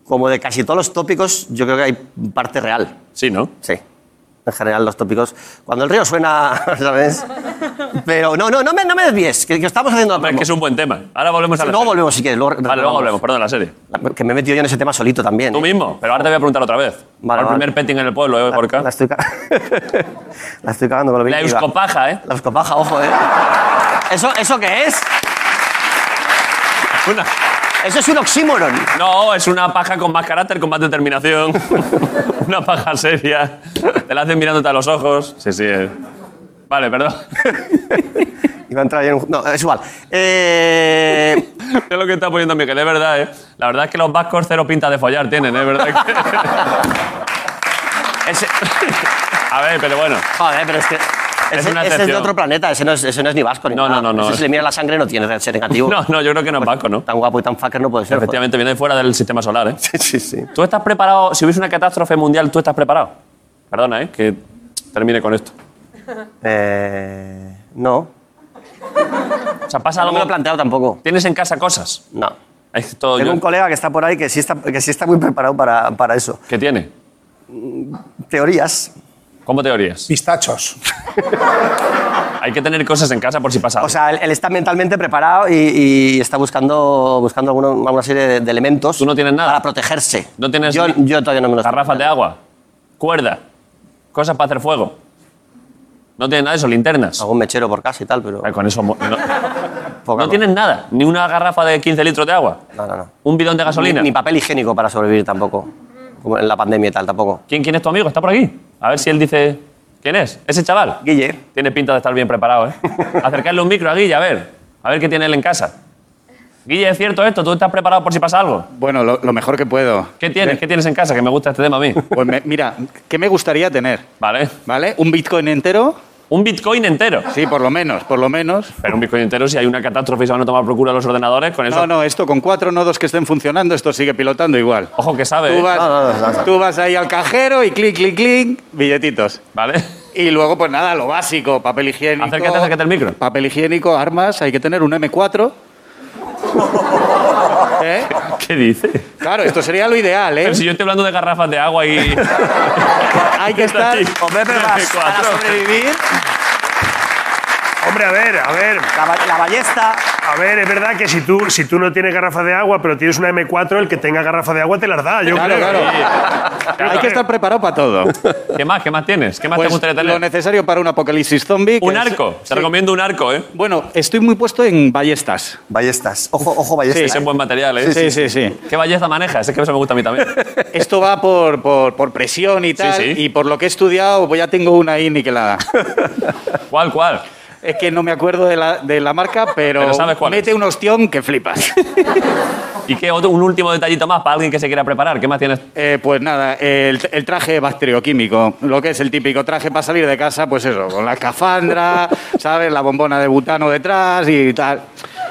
Speaker 7: Como de casi todos los tópicos, yo creo que hay parte real.
Speaker 1: Sí, ¿no?
Speaker 7: Sí. En general, los tópicos. Cuando el río suena, ¿sabes? Pero no, no, no me, no me desvíes, que, que estamos haciendo la
Speaker 1: Hombre, es
Speaker 7: promo.
Speaker 1: que es un buen tema. Ahora volvemos a la
Speaker 7: Luego
Speaker 1: serie.
Speaker 7: volvemos, si quieres. Luego
Speaker 1: Vale, luego volvemos, perdón, a la serie.
Speaker 7: La- Que me he metido yo en ese tema solito también.
Speaker 1: Tú
Speaker 7: ¿eh?
Speaker 1: mismo, pero ahora te voy a preguntar otra vez.
Speaker 7: Vale,
Speaker 1: el
Speaker 7: vale.
Speaker 1: primer petting en el pueblo, ¿eh, Gorka?
Speaker 7: La estoy, ca- la estoy cagando con lo bien
Speaker 1: La
Speaker 7: que iba.
Speaker 1: euskopaja, ¿eh?
Speaker 7: La euskopaja, ojo, ¿eh? ¿Eso, ¿Eso qué es?
Speaker 1: Una-
Speaker 7: Eso es un oxímoron.
Speaker 1: No, es una paja con más carácter, con más determinación. una paja seria. Te la hacen mirándote a los ojos. Sí, sí. eh. Vale, perdón.
Speaker 7: Iba a entrar yo en un... No, es igual. Eh...
Speaker 1: Es lo que está poniendo Miguel, es verdad, ¿eh? La verdad es que los vascos cero pinta de follar tienen, ¿eh? Es ¿Verdad? que- Ese- A ver, pero bueno.
Speaker 7: Joder, pero es que. Ese,
Speaker 1: una
Speaker 7: ese es de
Speaker 1: excepción.
Speaker 7: otro planeta, ese no es, ese no es ni vasco ni
Speaker 1: No,
Speaker 7: nada.
Speaker 1: no, no, no.
Speaker 7: Ese si le mira la sangre no tiene que ser negativo.
Speaker 1: No, no, yo creo que no es vasco, ¿no?
Speaker 7: Tan guapo y tan fucker no puede ser. joder.
Speaker 1: Efectivamente, viene de fuera del sistema solar, ¿eh?
Speaker 7: Sí, sí.
Speaker 1: ¿Tú estás preparado? Si hubiese una catástrofe mundial, ¿tú estás preparado? Perdona, ¿eh? Que termine con esto.
Speaker 7: Eh, no.
Speaker 1: O sea, pasa
Speaker 7: No me
Speaker 1: algo.
Speaker 7: lo he planteado tampoco.
Speaker 1: Tienes en casa cosas.
Speaker 7: No.
Speaker 1: Es todo
Speaker 7: Tengo
Speaker 1: yo-
Speaker 7: un colega que está por ahí que sí está, que sí está muy preparado para, para eso.
Speaker 1: ¿Qué tiene?
Speaker 7: Teorías.
Speaker 1: ¿Cómo teorías?
Speaker 4: Pistachos.
Speaker 1: Hay que tener cosas en casa por si pasa algo.
Speaker 7: O sea, él, él está mentalmente preparado y, y está buscando, buscando alguno- alguna serie de, de elementos.
Speaker 1: Tú no tienes nada.
Speaker 7: Para protegerse.
Speaker 1: No tienes
Speaker 7: yo,
Speaker 1: ni-
Speaker 7: yo todavía no me lo estoy-
Speaker 1: Garrafas de agua, cuerda, cosas para hacer fuego. No tienes nada de eso, linternas.
Speaker 7: Algún mechero por casa y tal, pero.
Speaker 1: Ay, con eso. mo- No,
Speaker 7: Ah, poca
Speaker 1: no tienes nada, ni una garrafa de 15 litros de agua,
Speaker 7: cosa. No, no, no.
Speaker 1: un bidón de gasolina.
Speaker 7: Ni, ni papel higiénico para sobrevivir tampoco. Como en la pandemia y tal, tampoco.
Speaker 1: ¿Quién, ¿Quién es tu amigo? ¿Está por aquí? A ver si él dice. ¿Quién es? ¿Ese chaval?
Speaker 7: Guille.
Speaker 1: Tiene pinta de estar bien preparado, ¿eh? Acercarle un micro a Guille, a ver. A ver qué tiene él en casa. Guille, ¿es cierto esto? ¿Tú estás preparado por si pasa algo?
Speaker 11: Bueno, lo, lo mejor que puedo. Eh.
Speaker 1: ¿Qué tienes? ¿Qué tienes en casa? Que me gusta este tema a mí.
Speaker 11: Pues me- mira, ¿qué me gustaría tener?
Speaker 1: Vale.
Speaker 11: ¿Vale? ¿Un Bitcoin entero?
Speaker 1: Un Bitcoin entero.
Speaker 11: Sí, por lo menos, por lo menos.
Speaker 1: Pero un Bitcoin entero, si hay una catástrofe y se van a tomar procura los ordenadores, con eso.
Speaker 11: No, no, esto con cuatro nodos que estén funcionando, esto sigue pilotando igual.
Speaker 1: Ojo que sabe.
Speaker 11: Tú
Speaker 1: ¿eh?
Speaker 11: vas,
Speaker 7: No, no, no, no.
Speaker 11: tú vas ahí al cajero y clic, clic, clic, billetitos.
Speaker 1: Vale.
Speaker 11: Y luego, pues nada, lo básico, papel higiénico.
Speaker 1: Acércate, acércate al micro.
Speaker 11: Papel higiénico, armas, hay que tener un M4. ¿Eh?
Speaker 1: ¿Qué dice?
Speaker 11: Claro, esto sería lo ideal, ¿eh?
Speaker 1: Pero si yo estoy hablando de garrafas de agua y.
Speaker 11: Hay que estar...
Speaker 1: Aquí.
Speaker 7: Hombre, pero para, para sobrevivir,
Speaker 5: Hombre, a ver, a ver.
Speaker 7: la, ba- la ballesta.
Speaker 5: A ver, es verdad que si tú, si tú no tienes garrafa de agua, pero tienes una M4, el que tenga garrafa de agua te las da. Yo
Speaker 11: Claro,
Speaker 5: creo.
Speaker 11: claro. Hay que estar preparado para todo.
Speaker 1: ¿Qué más? ¿Qué más tienes? ¿Qué más te
Speaker 11: Pues,
Speaker 1: gustaría
Speaker 11: lo
Speaker 1: tener?
Speaker 11: necesario para un apocalipsis zombie. que
Speaker 1: Un
Speaker 11: es-
Speaker 1: arco. Te
Speaker 11: Sí.
Speaker 1: recomiendo un arco, ¿eh?
Speaker 11: Bueno, estoy muy puesto en ballestas.
Speaker 7: Ballestas. Ojo, ojo,
Speaker 11: Sí.
Speaker 7: ballestas.
Speaker 1: Ese es buen material, ¿eh?
Speaker 11: Sí, sí, sí. sí.
Speaker 1: ¿Qué belleza manejas? Es que eso me gusta a mí también.
Speaker 11: Esto va por, por, por presión y tal.
Speaker 1: sí.
Speaker 11: Y por lo que he estudiado, pues ya tengo una ahí niquelada.
Speaker 1: ¿Cuál, cuál?
Speaker 11: es que no me acuerdo de la, de la marca, pero,
Speaker 1: Pero sabes cuál
Speaker 11: mete
Speaker 1: es.
Speaker 11: un ostión que flipas.
Speaker 1: ¿Y qué otro? Un último detallito más para alguien que se quiera preparar. ¿Qué más tienes?
Speaker 11: Eh, pues nada, el, el traje bacterioquímico, lo que es el típico traje para salir de casa, pues eso, con la escafandra, ¿sabes? La bombona de butano detrás y tal.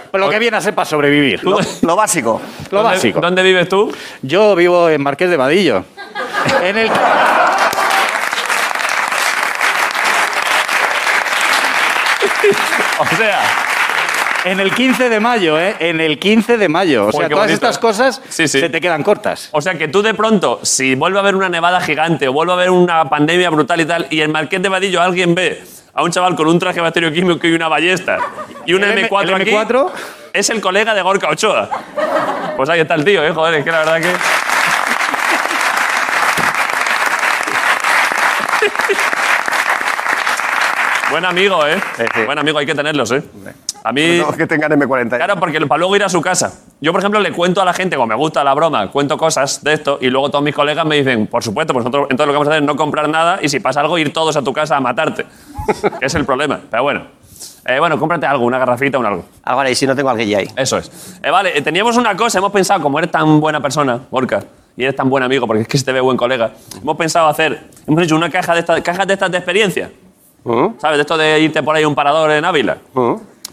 Speaker 11: Pues lo que viene a ser para sobrevivir.
Speaker 7: Lo, lo básico.
Speaker 11: Lo
Speaker 1: ¿Dónde-
Speaker 11: básico.
Speaker 1: ¿Dónde vives tú?
Speaker 11: Yo vivo en Marqués de Vadillo. En el...
Speaker 1: O sea,
Speaker 11: En el 15 de mayo, ¿eh? En el 15 de mayo. O
Speaker 1: Joder,
Speaker 11: sea,
Speaker 1: qué
Speaker 11: todas
Speaker 1: bonito.
Speaker 11: estas cosas
Speaker 1: Sí, sí.
Speaker 11: se te quedan cortas.
Speaker 1: o sea que tú de pronto, si vuelve a haber una nevada gigante o vuelve a haber una pandemia brutal y tal, y el Marqués de Vadillo alguien ve a un chaval con un traje bacterioquímico y una ballesta y un
Speaker 11: El M-
Speaker 1: M4
Speaker 11: el
Speaker 1: aquí,
Speaker 11: M4.
Speaker 1: es el colega de Gorka Ochoa. Pues ahí está el tío, ¿eh? Joder, es que la verdad que... Buen amigo, ¿eh?
Speaker 7: Sí, sí.
Speaker 1: Buen amigo, hay que tenerlos, ¿eh? A mí...
Speaker 7: No, que tengan M40.
Speaker 1: Claro, porque para luego ir a su casa. Yo, por ejemplo, le cuento a la gente, como me gusta la broma, cuento cosas de esto y luego todos mis colegas me dicen, por supuesto, pues nosotros entonces lo que vamos a hacer es no comprar nada y si pasa algo ir todos a tu casa a matarte. Que es el problema. Pero bueno. Eh, bueno, cómprate algo, una garrafita, un algo.
Speaker 7: Ah, vale, y si no tengo alguien ahí.
Speaker 1: Eso es. Eh, vale, eh, teníamos una cosa, hemos pensado, como eres tan buena persona, Gorka, y eres tan buen amigo, porque es que se te ve buen colega, hemos pensado hacer, hemos hecho una caja de estas, cajas de estas de experiencia. ¿Sabes? De esto de irte por ahí a un parador en Ávila.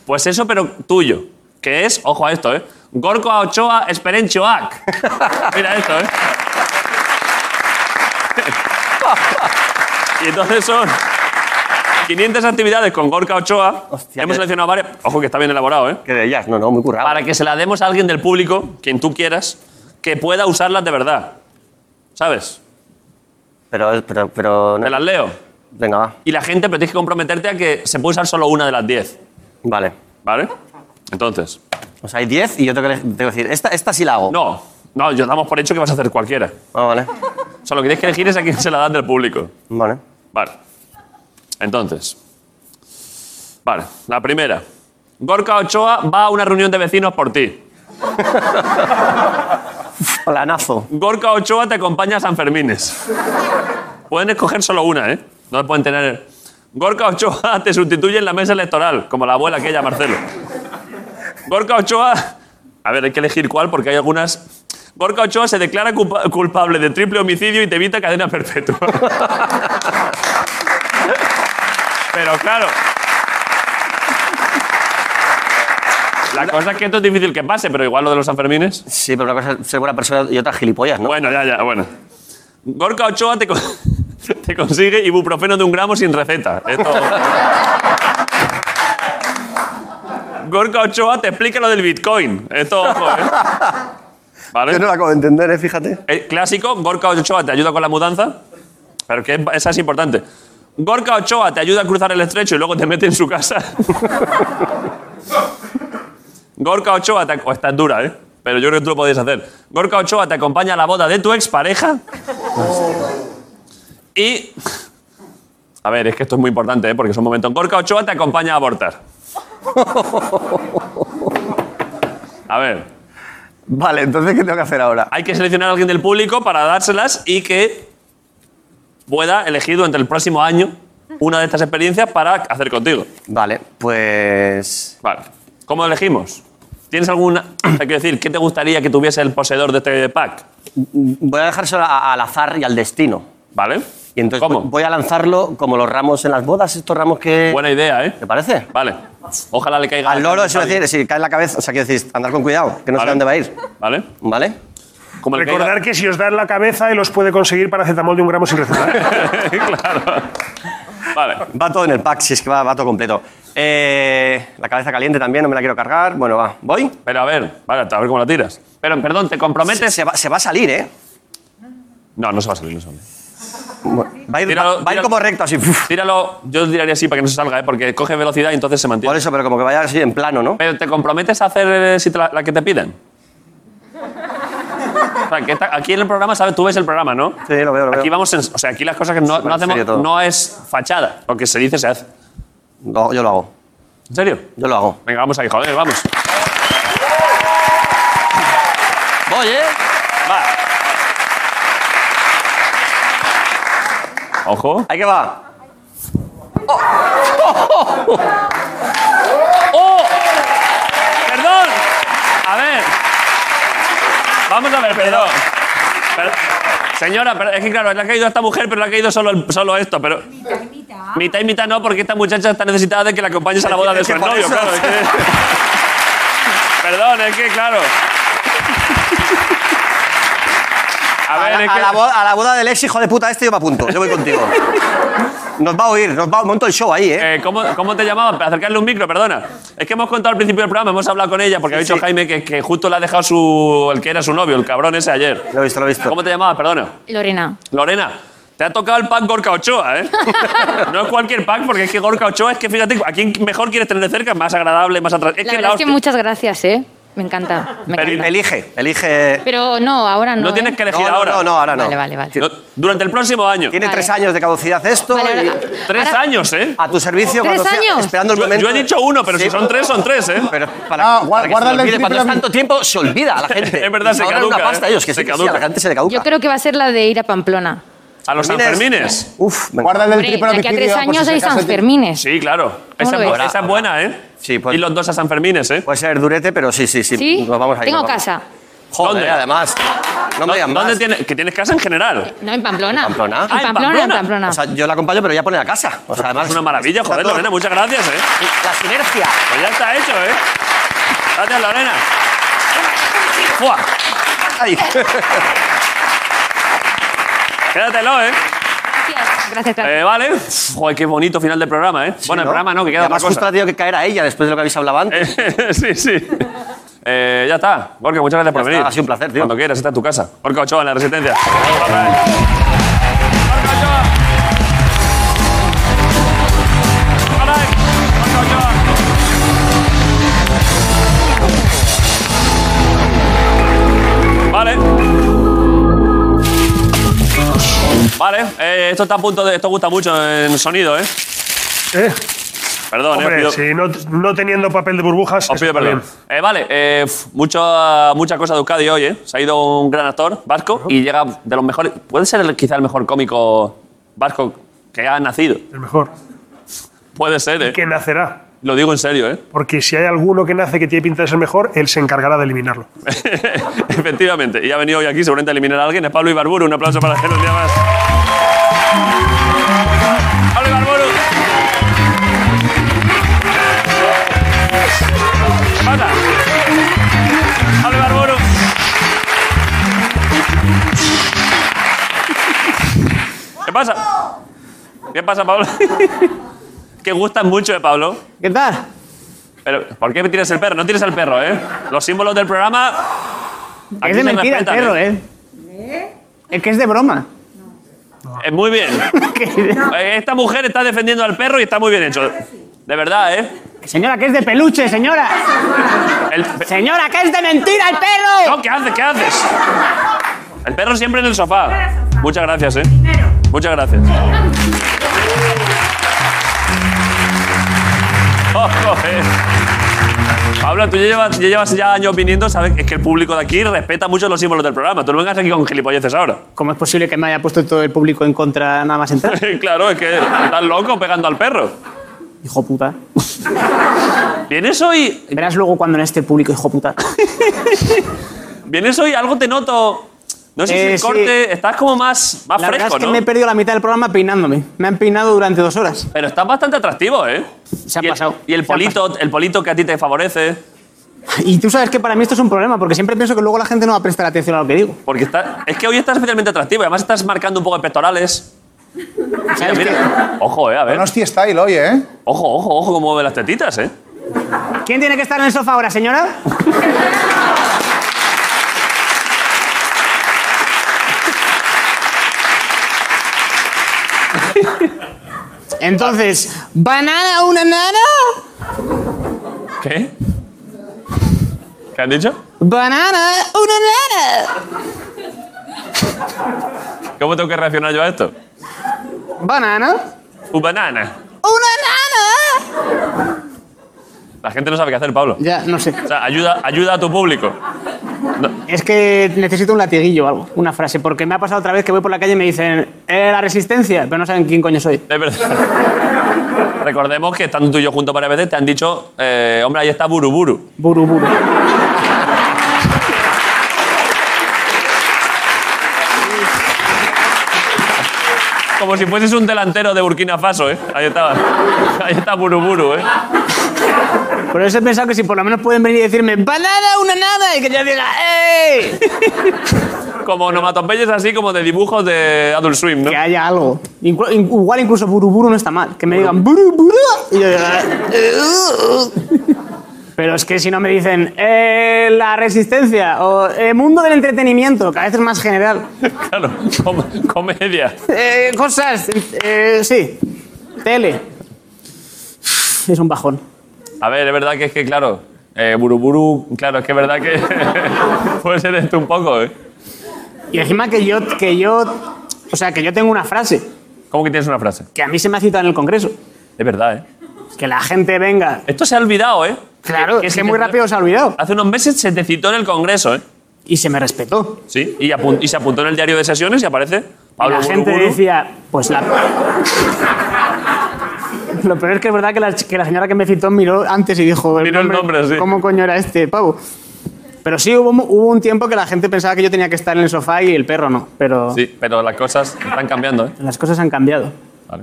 Speaker 1: Pues eso, pero tuyo. Que es, ojo a esto, ¿eh? Gorko a Ochoa Esperenchoac. Mira esto, ¿eh? y entonces son 500 actividades con Gorka Ochoa. Hemos seleccionado varias. Ojo que está bien elaborado, ¿eh?
Speaker 7: Que de ellas, no, no, muy currado.
Speaker 1: Para que se la demos a alguien del público, quien tú quieras, que pueda usarlas de verdad. ¿Sabes?
Speaker 7: Pero, pero, pero.
Speaker 1: Te las leo.
Speaker 7: Venga, va.
Speaker 1: Y la gente, pero tienes que comprometerte a que se puede usar solo una de las 10.
Speaker 7: Vale.
Speaker 1: ¿Vale? Entonces.
Speaker 7: O sea, hay 10 y yo tengo que, tengo que decir, esta, esta sí la hago.
Speaker 1: No, no, yo damos por hecho que vas a hacer cualquiera.
Speaker 7: Ah, vale.
Speaker 1: O sea, lo que tienes que elegir es a quién se la dan del público.
Speaker 7: Vale.
Speaker 1: Vale. Entonces. Vale, la primera. Gorka Ochoa va a una reunión de vecinos por ti.
Speaker 7: Planazo.
Speaker 1: Gorka Ochoa te acompaña a San Fermines. Pueden escoger solo una, ¿eh? No pueden tener. Gorka Ochoa te sustituye en la mesa electoral, como la abuela aquella, Marcelo. Gorka Ochoa. A ver, hay que elegir cuál porque hay algunas. Gorka Ochoa se declara culpa- culpable de triple homicidio y te evita cadena perpetua. Pero claro. La cosa es que esto es difícil que pase, pero igual lo de los Sanfermines.
Speaker 7: Sí, pero una cosa es ser buena persona y otra gilipollas, ¿no?
Speaker 1: Bueno, ya, ya, bueno. Gorka Ochoa te, con- te consigue ibuprofeno de un gramo sin receta. Esto- Gorka Ochoa te explica lo del Bitcoin. Esto, ojo, ¿eh? ¿Vale?
Speaker 7: Yo no la acabo de entender, ¿eh? Fíjate.
Speaker 1: El clásico, Gorka Ochoa te ayuda con la mudanza. Pero que esa es importante. Gorka Ochoa te ayuda a cruzar el estrecho y luego te mete en su casa. Gorka Ochoa te... ac- o Esta es dura, ¿eh? Pero yo creo que tú lo podéis hacer. Gorka Ochoa te acompaña a la boda de tu expareja. Y... A ver, es que esto es muy importante, ¿eh? Porque es un momento. Gorka Ochoa te acompaña a abortar. A ver,
Speaker 7: Vale, entonces, ¿qué tengo que hacer ahora?
Speaker 1: hay que seleccionar a alguien del público para dárselas y que pueda elegir durante el próximo año una de estas experiencias para hacer contigo.
Speaker 7: Vale, pues.
Speaker 1: Vale. ¿Cómo elegimos? ¿Tienes alguna.? Hay que decir, ¿qué te gustaría que tuviese el poseedor de este pack?
Speaker 7: Voy a dejárselo a- al azar y al destino.
Speaker 1: ¿Vale?
Speaker 7: Y entonces
Speaker 1: ¿Cómo?
Speaker 7: voy a lanzarlo como los ramos en las bodas, estos ramos que.
Speaker 1: Buena idea, ¿eh?
Speaker 7: ¿Te parece?
Speaker 1: Vale. Ojalá le caiga.
Speaker 7: Al loro, eso es
Speaker 1: Javi.
Speaker 7: decir, si cae en la cabeza, o sea, quiero decir, andar con cuidado, que no
Speaker 1: Vale.
Speaker 7: sé dónde va a ir.
Speaker 1: ¿Vale?
Speaker 7: ¿Vale?
Speaker 1: Como le caiga-
Speaker 5: Recordar que si os dan la cabeza, él os puede conseguir paracetamol de un gramo sin receta.
Speaker 1: claro. Vale.
Speaker 7: Va todo en el pack, si es que va, va todo completo. Eh, la cabeza caliente también, no me la quiero cargar. Bueno, va, voy.
Speaker 1: Pero a ver, vale, a ver cómo la tiras. Pero, perdón, ¿te
Speaker 7: Se,
Speaker 1: comprometes?
Speaker 7: se va, se va a salir, ¿eh?
Speaker 1: No, no se va a salir, no se va a salir.
Speaker 7: Va a ir,
Speaker 1: Tíralo,
Speaker 7: va- va a ir
Speaker 1: tíralo.
Speaker 7: como recto, así.
Speaker 1: Tíralo, yo lo tiraría así para que no se salga, ¿eh? Porque coge velocidad y entonces se mantiene.
Speaker 7: Por eso, pero como que vaya así en plano, ¿no?
Speaker 1: Pero te comprometes a hacer eh, si te la, la que te piden. O sea, que esta- aquí en el programa, ¿sabes? Tú ves el programa, ¿no?
Speaker 7: Sí, lo veo, lo veo.
Speaker 1: Aquí vamos, en- o sea, aquí las cosas que no,
Speaker 7: Súper
Speaker 1: no
Speaker 7: en serio
Speaker 1: hacemos
Speaker 7: todo.
Speaker 1: no es fachada. Lo que se dice se hace.
Speaker 7: No, yo lo hago,
Speaker 1: ¿En serio?
Speaker 7: yo lo hago.
Speaker 1: Venga, vamos ahí, joder, vamos.
Speaker 7: Voy, ¿eh?
Speaker 1: Va. Ojo.
Speaker 7: Ahí que va.
Speaker 1: ¡Oh! ¡Perdón! A ver. Vamos a ver, perdón. Per- señora, per- es que claro, le ha caído a esta mujer, pero le ha caído solo, el- solo esto. Pero
Speaker 12: Mitad y mitad.
Speaker 1: mitad y mitad no, porque esta muchacha está necesitada de que la acompañes a la boda de
Speaker 7: Es
Speaker 1: su
Speaker 7: que por
Speaker 1: novio,
Speaker 7: eso-
Speaker 1: claro. es que- perdón, es que claro. A ver,
Speaker 7: la,
Speaker 1: es que...
Speaker 7: la boda, a la boda del ex hijo de puta este yo me apunto, yo voy contigo. Nos va a oír, nos va a monto el show ahí, ¿eh?
Speaker 1: Eh, ¿cómo, cómo te llamabas? Para acercarle un micro, perdona. Es que hemos contado al principio del programa, hemos hablado con ella, porque ha dicho
Speaker 7: sí.
Speaker 1: Jaime que, que justo le ha dejado su, el que era su novio, el cabrón ese ayer.
Speaker 7: Lo he visto, lo he visto.
Speaker 1: ¿Cómo te llamabas? Perdona.
Speaker 12: Lorena.
Speaker 1: Lorena, te ha tocado el pack Gorka Ochoa, ¿eh? no es cualquier pack, porque es que Gorka Ochoa es que fíjate, ¿a quién mejor quieres tener de cerca? Más agradable, más atractivo.
Speaker 12: la verdad es que muchas gracias, ¿eh? Me encanta. Me
Speaker 1: Pero-
Speaker 12: encanta.
Speaker 7: Elige, elige.
Speaker 12: Pero no, ahora no.
Speaker 1: No tienes
Speaker 12: ¿eh?
Speaker 1: que elegir
Speaker 7: No, no,
Speaker 1: ahora.
Speaker 7: no, no, ahora no.
Speaker 12: Vale, vale, vale.
Speaker 1: No, durante el próximo año.
Speaker 7: Tiene
Speaker 12: Vale.
Speaker 7: tres años de caducidad esto
Speaker 12: Vale,
Speaker 7: y
Speaker 12: ahora-
Speaker 1: Tres
Speaker 12: ahora-
Speaker 1: años, ¿eh?
Speaker 7: a tu servicio
Speaker 12: ¿Tres
Speaker 7: cuando sea-
Speaker 12: años?
Speaker 7: esperando Ah, el
Speaker 1: Yo,
Speaker 7: momento.
Speaker 1: yo he dicho uno, pero si
Speaker 7: Sí.
Speaker 1: son tres, son tres, ¿eh?
Speaker 7: Pero para,
Speaker 4: Ah, gua-
Speaker 7: para que se
Speaker 4: guarda
Speaker 7: te
Speaker 4: el
Speaker 7: olvide,
Speaker 4: triple
Speaker 7: cuando es
Speaker 4: a mí.
Speaker 7: tanto tiempo se olvida a la gente.
Speaker 1: Es verdad, se
Speaker 7: Ahora
Speaker 1: caduca,
Speaker 7: una pasta,
Speaker 1: ¿eh?
Speaker 7: ellos, que
Speaker 1: Se
Speaker 7: sí, que sí,
Speaker 1: caduca.
Speaker 7: a la gente se le caduca.
Speaker 12: Yo creo que va a ser la de ir a Pamplona.
Speaker 1: A los Sanfermines.
Speaker 7: Uf, me
Speaker 4: Guarda el del triple
Speaker 12: de aquí a
Speaker 4: homicidio
Speaker 12: tres
Speaker 4: por si
Speaker 12: años
Speaker 4: se
Speaker 12: hay
Speaker 4: acaso te-
Speaker 12: Sanfermines.
Speaker 1: Sí, claro.
Speaker 12: ¿Cómo
Speaker 1: Esa,
Speaker 12: lo
Speaker 1: es bu-
Speaker 12: ves?
Speaker 1: esa es buena, ¿eh?
Speaker 7: Sí, pues,
Speaker 1: y los dos a Sanfermines, ¿eh?
Speaker 7: Puede ser durete, pero sí, sí, sí.
Speaker 12: ¿Sí?
Speaker 7: Nos vamos a ir,
Speaker 12: Tengo
Speaker 7: nos vamos.
Speaker 12: casa.
Speaker 7: Joder,
Speaker 1: ¿Dónde?
Speaker 7: además. No me digan
Speaker 1: ¿Dónde
Speaker 7: más.
Speaker 1: tienes? ¿Que tienes casa en general?
Speaker 12: No, en Pamplona.
Speaker 7: Pamplona.
Speaker 12: En Pamplona, en Pamplona.
Speaker 7: O sea, yo la acompaño, pero voy a poner a casa. O sea, además,
Speaker 1: Es una maravilla,
Speaker 7: está
Speaker 1: joder,
Speaker 7: todo-
Speaker 1: Lorena. Muchas gracias, ¿eh?
Speaker 7: La sinergia.
Speaker 1: Pues ya está hecho, ¿eh? Gracias, Lorena. ¡Fua!
Speaker 7: Ahí.
Speaker 1: Quédatelo, ¿eh?
Speaker 12: Gracias, gracias.
Speaker 1: Eh, vale. Uf, Joder, qué bonito final del programa, ¿eh? bueno, el
Speaker 7: ¿no?
Speaker 1: programa no, que
Speaker 7: Y
Speaker 1: queda otra
Speaker 7: además justo
Speaker 1: cosa.
Speaker 7: ha tenido que caer a ella después de lo que habéis hablado antes.
Speaker 1: sí, sí. Eh, ya está. Gorka, muchas gracias por venir.
Speaker 7: está, ha sido un placer, tío.
Speaker 1: Cuando quieras, está en tu casa. Gorka Ochoa en la Resistencia. Vale. Vale, eh, esto está a punto de. Esto gusta mucho en sonido, ¿eh?
Speaker 5: Eh,
Speaker 1: Perdón, eh.
Speaker 5: hombre,
Speaker 1: pido-
Speaker 5: si no, no teniendo papel de burbujas.
Speaker 1: Os pido
Speaker 5: está
Speaker 1: perdón.
Speaker 5: bien.
Speaker 1: Eh, vale, eh, f- mucho- mucha cosa de Euskadi hoy, ¿eh? Se ha ido un gran actor vasco y llega de los mejores. Puede ser el- quizá el mejor cómico vasco que ha nacido.
Speaker 5: El mejor.
Speaker 1: Puede ser, ¿eh?
Speaker 5: Que nacerá.
Speaker 1: Lo digo en serio, ¿eh?
Speaker 5: Porque si hay alguno que nace que tiene pinta de ser mejor, él se encargará de eliminarlo.
Speaker 1: Efectivamente. Y ha venido hoy aquí, seguramente a eliminar a alguien. Es Pablo Ibarburu. Un aplauso para él un día más. Pablo Ibarburu. ¿Qué pasa? Pablo Ibarburu. ¿Qué pasa? ¿Qué pasa, Pablo? que gustan mucho de Pablo.
Speaker 11: ¿Qué tal?
Speaker 1: Pero, ¿por qué tiras el perro? No tires el perro, ¿eh? Los símbolos del programa. aquí
Speaker 11: es de
Speaker 1: se
Speaker 11: mentira el
Speaker 1: respetan,
Speaker 11: perro, ¿eh? Es que es de broma.
Speaker 1: Eh, muy bien. Eh, Esta mujer está defendiendo al perro y está muy bien hecho. De verdad, ¿eh?
Speaker 11: Señora, que es de peluche, señora.
Speaker 1: El pe-
Speaker 11: Señora, que es de mentira el perro.
Speaker 1: No, ¿qué haces? ¿Qué haces? El perro siempre en el sofá. Muchas gracias, ¿eh? Muchas gracias. Oh, joder. Pablo, tú ya llevas, ya llevas ya años viniendo, ¿sabes? Es que el público de aquí respeta mucho los símbolos del programa. Tú no vengas aquí con gilipolleces ahora.
Speaker 11: ¿Cómo es posible que me haya puesto todo el público en contra nada más entrar?
Speaker 1: claro, es que estás loco pegando al perro.
Speaker 11: Hijo puta.
Speaker 1: ¿Vienes hoy?
Speaker 11: Verás luego cuando en este público, hijo puta.
Speaker 1: ¿Vienes hoy? Algo te noto. No sé si
Speaker 11: Eh,
Speaker 1: el
Speaker 11: sí.
Speaker 1: corte. Estás como más, más
Speaker 11: La verdad
Speaker 1: fresco,
Speaker 11: es que
Speaker 1: ¿no?
Speaker 11: me he perdido la mitad del programa peinándome. Me han peinado durante dos horas.
Speaker 1: Pero estás bastante atractivo, ¿eh?
Speaker 11: Se ha
Speaker 1: y el,
Speaker 11: pasado.
Speaker 1: Y el
Speaker 11: Se ha
Speaker 1: polito, el polito que a ti te favorece.
Speaker 11: Y tú sabes que para mí esto es un problema, porque siempre pienso que luego la gente no va a prestar atención a lo que digo.
Speaker 1: Porque está, es que hoy estás especialmente atractivo. y Además, estás marcando un poco de pectorales. Mira,
Speaker 11: ¿Sabes
Speaker 1: mira. Ojo, eh, a ver.
Speaker 4: Hostia, style hoy, ¿eh?
Speaker 1: Ojo, ojo, ojo, cómo mueve las tetitas, eh.
Speaker 11: ¿Quién tiene que estar en el sofá ahora, señora? Entonces, ¿banana una nana?
Speaker 1: ¿Qué? ¿Qué han dicho?
Speaker 11: ¿Banana una
Speaker 1: ¿Cómo tengo que reaccionar yo a esto?
Speaker 11: nana? ¿Banana?
Speaker 1: Un banana.
Speaker 11: ¡Una nana!
Speaker 1: La gente no sabe qué hacer, Pablo.
Speaker 11: Ya, no sé.
Speaker 1: O sea, ayuda, ayuda a tu público.
Speaker 11: Es que necesito un latiguillo o algo, una frase, porque me ha pasado otra vez que voy por la calle y me dicen, eh, la resistencia, pero no saben quién coño soy.
Speaker 1: Es verdad. Recordemos que estando tú y yo juntos varias veces te han dicho, eh, hombre, ahí está Buruburu.
Speaker 11: Buru, buru.
Speaker 1: Como si fueses un delantero de Burkina Faso, ¿eh? Ahí estaba. Ahí está Buruburu, ¿eh?
Speaker 11: Por eso he pensado que si por lo menos pueden venir y decirme, banana, una nada, y que yo diga, "Eh". ¡ey!
Speaker 1: Como onomatopeyes así como de dibujos de Adult Swim, ¿no?
Speaker 11: Que haya algo. Inclu- in- igual incluso buru, buru no está mal, que me digan, buru, buru, y yo diga, "Eh". Pero es que si no me dicen, eh, la resistencia, o eh, mundo del entretenimiento, que a veces es más general.
Speaker 1: Claro, com- comedia.
Speaker 11: Eh, cosas, eh, sí. Tele. Es un bajón.
Speaker 1: A ver, es verdad que es que, claro, eh, Buruburu, claro, es que es verdad que puede ser esto un poco, ¿eh?
Speaker 11: Y encima que yo, que yo, o sea, que yo tengo una frase
Speaker 1: ¿Cómo que tienes una frase?
Speaker 11: que a mí se me ha citado en el Congreso.
Speaker 1: Es verdad, ¿eh?
Speaker 11: Que la gente venga.
Speaker 1: Esto se ha olvidado, ¿eh?
Speaker 11: Claro, es
Speaker 1: se
Speaker 11: que muy
Speaker 1: te-
Speaker 11: rápido se ha olvidado.
Speaker 1: Hace unos meses se te citó en el Congreso, ¿eh?
Speaker 11: Y se me respetó.
Speaker 1: Sí, y, apun- y se apuntó en el diario de sesiones y aparece
Speaker 11: Y
Speaker 1: Pablo
Speaker 11: la gente
Speaker 1: Buruburu.
Speaker 11: decía, pues la... Lo peor es que es verdad que la, ch- que la señora que me citó miró antes y dijo... Miró el nombre, ¿Cómo coño era este pavo? Pero sí, hubo, mu- hubo un tiempo que la gente pensaba que yo tenía que estar en el sofá y el perro no. Pero
Speaker 1: Sí, pero las cosas están cambiando, ¿eh?
Speaker 11: las cosas han cambiado.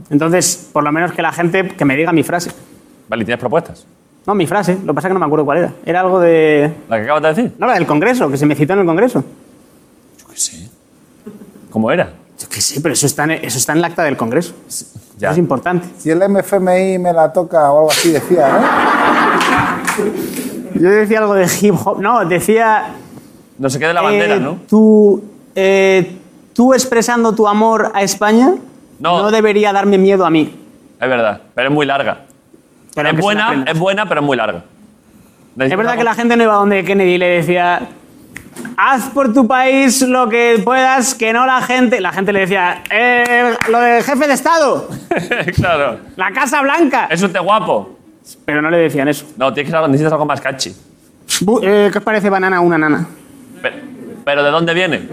Speaker 11: Entonces, por lo menos que la gente que me diga mi frase.
Speaker 1: Vale, ¿y ¿tienes propuestas?
Speaker 11: No, mi frase. Lo que pasa es que no me acuerdo cuál era. Era algo de...
Speaker 1: ¿La que acabas de decir?
Speaker 11: No, la del Congreso, que se me citó en el Congreso.
Speaker 1: Yo qué sé. ¿Cómo era?
Speaker 11: Yo qué sé, pero eso está en, e, eso está en el acta del Congreso.
Speaker 1: Ya.
Speaker 11: Eso es importante.
Speaker 4: Si el MFMI me la toca o algo así, decía, ¿no?
Speaker 11: Yo decía algo de hip hop. No, decía.
Speaker 1: No se quede la bandera,
Speaker 11: eh,
Speaker 1: ¿no?
Speaker 11: Tú, eh, tú expresando tu amor a España no. debería darme miedo a mí.
Speaker 1: Es verdad, pero es muy larga.
Speaker 11: Pero
Speaker 1: es,
Speaker 11: que se la
Speaker 1: buena,
Speaker 11: aprendan.
Speaker 1: es buena, pero es muy larga.
Speaker 11: Es verdad que la gente no iba donde Kennedy y le decía. Haz por tu país lo que puedas, que no la gente. La gente le decía, "Eh, lo del jefe de Estado,
Speaker 1: claro.
Speaker 11: la Casa Blanca.
Speaker 1: Es un te guapo.
Speaker 11: Pero no le decían eso.
Speaker 1: No, tienes que saber, necesitas algo más catchy.
Speaker 11: Bu- eh, ¿Qué os parece banana una nana?
Speaker 1: Pero, pero ¿de dónde viene?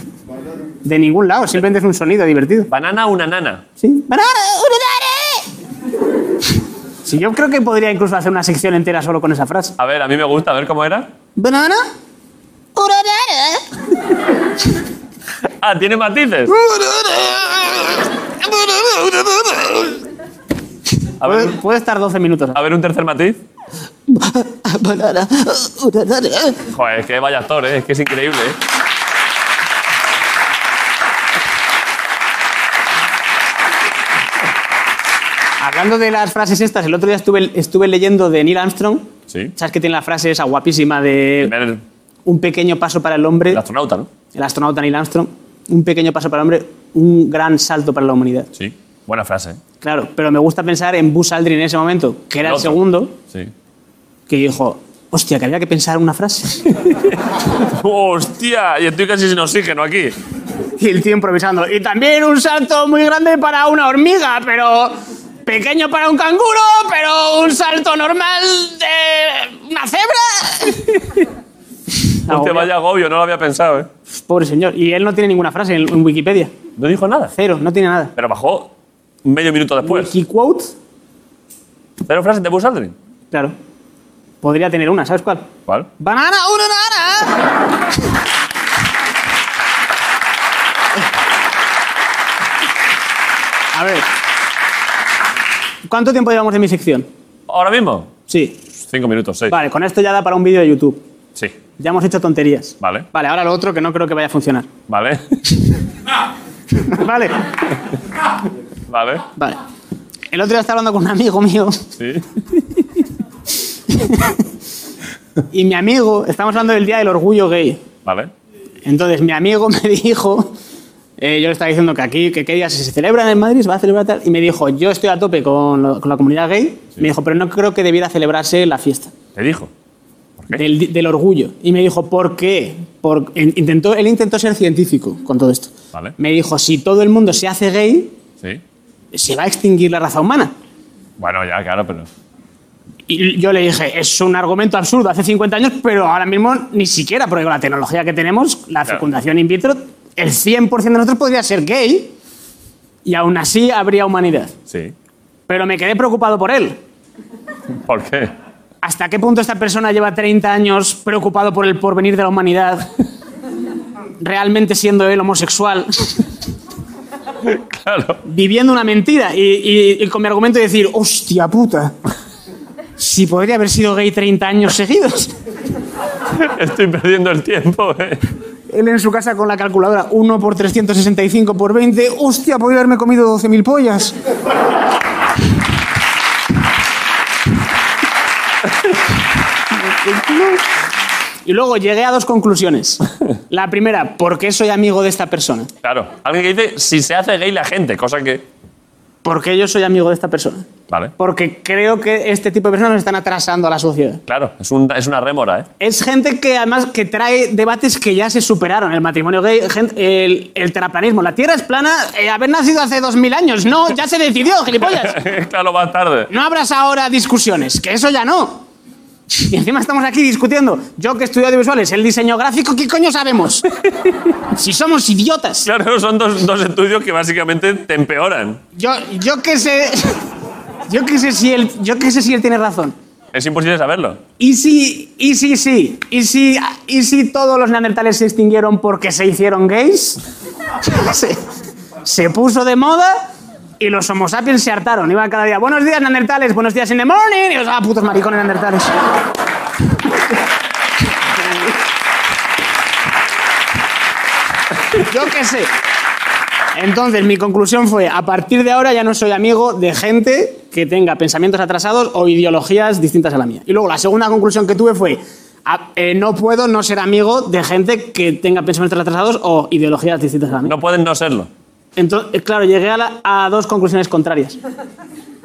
Speaker 11: De ningún lado, simplemente es un sonido divertido.
Speaker 1: Banana una nana.
Speaker 11: Sí. ¡Banana, Sí, yo creo que podría incluso hacer una sección entera solo con esa frase.
Speaker 1: A ver, a mí me gusta, a ver cómo era.
Speaker 11: ¿Banana?
Speaker 1: Ah, tiene matices. A ver,
Speaker 11: puede estar 12 minutos.
Speaker 1: A ver, un tercer matiz.
Speaker 11: Banana.
Speaker 1: Joder, es que vaya actor, ¿eh? es que es increíble. ¿eh?
Speaker 11: Hablando de las frases estas, el otro día estuve, estuve leyendo de Neil Armstrong.
Speaker 1: Sí.
Speaker 11: ¿Sabes que tiene la frase esa guapísima de un pequeño paso para el hombre? El
Speaker 1: astronauta, ¿no?
Speaker 11: El astronauta Neil Armstrong. Un pequeño paso para el hombre, un gran salto para la humanidad.
Speaker 1: Sí, buena frase. ¿eh?
Speaker 11: Claro, pero me gusta pensar en Buzz Aldrin en ese momento, que era
Speaker 1: El
Speaker 11: el,
Speaker 1: otro.
Speaker 11: segundo,
Speaker 1: Sí.
Speaker 11: que dijo, hostia, que había que pensar una frase.
Speaker 1: ¡Hostia! Y estoy casi sin oxígeno aquí.
Speaker 11: y el tío improvisando. Y también un salto muy grande para una hormiga, pero pequeño para un canguro, pero un salto normal de una cebra.
Speaker 1: Hostia, vaya agobio, no lo había pensado, ¿eh?
Speaker 11: Pobre señor. Y él no tiene ninguna frase en, en Wikipedia.
Speaker 1: No dijo nada.
Speaker 11: Cero, no tiene nada.
Speaker 1: Pero bajó medio minuto después.
Speaker 11: quote?
Speaker 1: ¿Cero frases de Buzz Aldrin?
Speaker 11: Claro. Podría tener una, ¿sabes cuál?
Speaker 1: ¿Cuál?
Speaker 11: Banana, una nana. A ver. ¿Cuánto tiempo llevamos de mi sección?
Speaker 1: ¿Ahora mismo?
Speaker 11: Sí.
Speaker 1: Cinco minutos, seis.
Speaker 11: Vale, con esto ya da para un vídeo de YouTube.
Speaker 1: Sí,
Speaker 11: Ya hemos hecho tonterías.
Speaker 1: vale.
Speaker 11: Vale, ahora lo otro que no creo que vaya a funcionar.
Speaker 1: Vale.
Speaker 11: vale.
Speaker 1: Vale.
Speaker 11: Vale. El otro día estaba hablando con un amigo mío
Speaker 1: Sí.
Speaker 11: y mi amigo, estamos hablando del Día del Orgullo Gay.
Speaker 1: Vale.
Speaker 11: Entonces mi amigo me dijo, eh, yo le estaba diciendo que aquí, que qué día se celebran en Madrid, se va a celebrar tal, y me dijo, yo estoy a tope con, lo- con la comunidad gay, me dijo, pero no creo que debiera celebrarse la fiesta
Speaker 1: Te dijo.
Speaker 11: del, di- del orgullo. Y me dijo, ¿por qué? Por, en- intentó, él intentó ser científico con todo esto.
Speaker 1: Vale.
Speaker 11: Me dijo, si todo el mundo se hace gay,
Speaker 1: Sí.
Speaker 11: se va a extinguir la raza humana.
Speaker 1: Bueno, ya, claro, pero.
Speaker 11: Y yo le dije, es un argumento absurdo hace 50 años, pero ahora mismo ni siquiera, porque con la tecnología que tenemos, Pues la
Speaker 1: Claro.
Speaker 11: fecundación in vitro, el 100% de nosotros podría ser gay y aún así habría humanidad.
Speaker 1: Sí.
Speaker 11: Pero me quedé preocupado por él.
Speaker 1: ¿Por qué?
Speaker 11: ¿Hasta qué punto esta persona lleva 30 años preocupado por el porvenir de la humanidad, realmente siendo él homosexual,
Speaker 1: Claro.
Speaker 11: viviendo una mentira? Y, y- y con mi argumento de decir, hostia puta, si podría haber sido gay 30 años seguidos.
Speaker 1: Estoy perdiendo el tiempo, ¿eh?
Speaker 11: Él en su casa con la calculadora 1 por 365 por 20. Hostia, podría haberme comido 12.000 pollas. Y luego llegué a dos conclusiones. La primera, ¿por qué soy amigo de esta persona?
Speaker 1: Claro. Alguien que dice si se hace gay la gente, cosa que.
Speaker 11: ¿Por qué yo soy amigo de esta persona?
Speaker 1: Vale.
Speaker 11: Porque creo que este tipo de personas nos están atrasando a la sociedad.
Speaker 1: Claro, es, un- es una rémora, ¿eh?
Speaker 11: Es gente que además que trae debates que ya se superaron. El matrimonio gay, gen- el, el terraplanismo. La Tierra es plana, eh, haber nacido hace 2000 años. No, ya se decidió, gilipollas.
Speaker 1: claro, más tarde.
Speaker 11: No habrás ahora discusiones, que eso ya no.
Speaker 10: Y encima estamos aquí discutiendo. Yo que estudio audiovisuales, el diseño gráfico, ¿qué coño sabemos? si somos idiotas.
Speaker 1: Claro, son dos, dos estudios que básicamente te empeoran.
Speaker 10: Yo, yo que sé. Yo que sé si él. Yo que sé si él tiene razón.
Speaker 1: Es imposible saberlo.
Speaker 10: ¿Y si, y si, sí? ¿Y si, ¿Y si todos los neandertales se extinguieron porque se hicieron gays? se, se puso de moda y los homo sapiens se hartaron. Iban cada día, buenos días neandertales, buenos días in the morning. Y los, ah, putos maricones neandertales. Yo qué sé. Entonces, mi conclusión fue, a partir de ahora ya no soy amigo de gente que tenga pensamientos atrasados o ideologías distintas a la mía. Y luego, la segunda conclusión que tuve fue, a- eh, no puedo no ser amigo de gente que tenga pensamientos atrasados o ideologías distintas a la mía.
Speaker 1: No pueden no serlo.
Speaker 10: Entonces, eh, claro, llegué a, la- a dos conclusiones contrarias.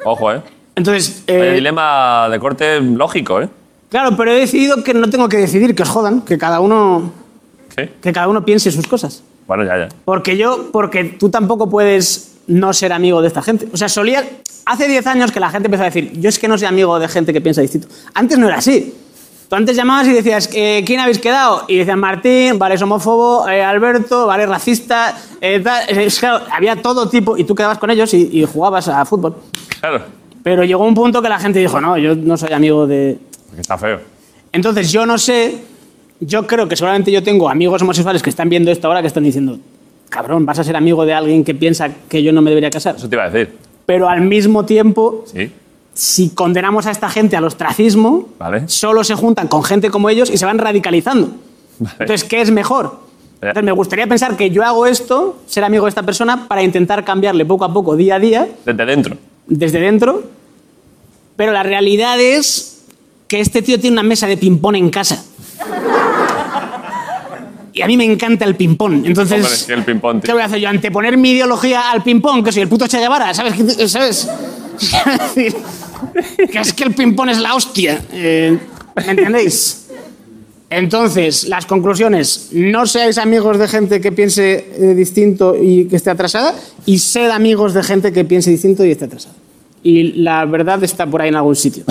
Speaker 1: Ojo, ¿eh?
Speaker 10: Entonces,
Speaker 1: Vaya
Speaker 10: eh,
Speaker 1: dilema de corte lógico, ¿eh?
Speaker 10: claro, pero he decidido que no tengo que decidir, que os jodan, que cada uno,
Speaker 1: Sí.
Speaker 10: que cada uno piense sus cosas.
Speaker 1: Bueno, ya, ya.
Speaker 10: Porque yo, porque tú tampoco puedes no ser amigo de esta gente. O sea, solía. Hace 10 años que la gente empezó a decir, yo es que no soy amigo de gente que piensa distinto. Antes no era así. Tú antes llamabas y decías, eh, ¿quién habéis quedado? Y decían, Martín, vale, es homófobo, eh, Alberto, vale, es racista, eh, tal. Es, claro, había todo tipo, y tú quedabas con ellos y, y jugabas a fútbol.
Speaker 1: Claro.
Speaker 10: Pero llegó un punto que la gente dijo, no, yo no soy amigo de,
Speaker 1: Porque está feo.
Speaker 10: entonces, yo no sé, yo creo que seguramente yo tengo amigos homosexuales que están viendo esto ahora que están diciendo, cabrón, vas a ser amigo de alguien que piensa que yo no me debería casar.
Speaker 1: Eso te iba a decir.
Speaker 10: Pero al mismo tiempo,
Speaker 1: Sí.
Speaker 10: si condenamos a esta gente al ostracismo,
Speaker 1: Vale.
Speaker 10: solo se juntan con gente como ellos y se van radicalizando. Entonces, ¿qué es mejor? Entonces, me gustaría pensar que yo hago esto, ser amigo de esta persona, para intentar cambiarle poco a poco, día a día,
Speaker 1: Desde dentro.
Speaker 10: desde dentro. Pero la realidad es que este tío tiene una mesa de ping-pong en casa. Y a mí me encanta el ping-pong. Entonces,
Speaker 1: Hombre, es que el ping-pong,
Speaker 10: ¿qué
Speaker 1: tío.
Speaker 10: voy a hacer yo? ¿Anteponer mi ideología al ping-pong? Que soy el puto Che Guevara, ¿sabes? qué- ¿Sabes? Es decir, que es que el ping-pong es la hostia. eh, ¿Me entendéis? Entonces, las conclusiones. No seáis amigos de gente que piense eh, distinto y que esté atrasada. Y sed amigos de gente que piense distinto y esté atrasada. Y la verdad está por ahí en algún sitio.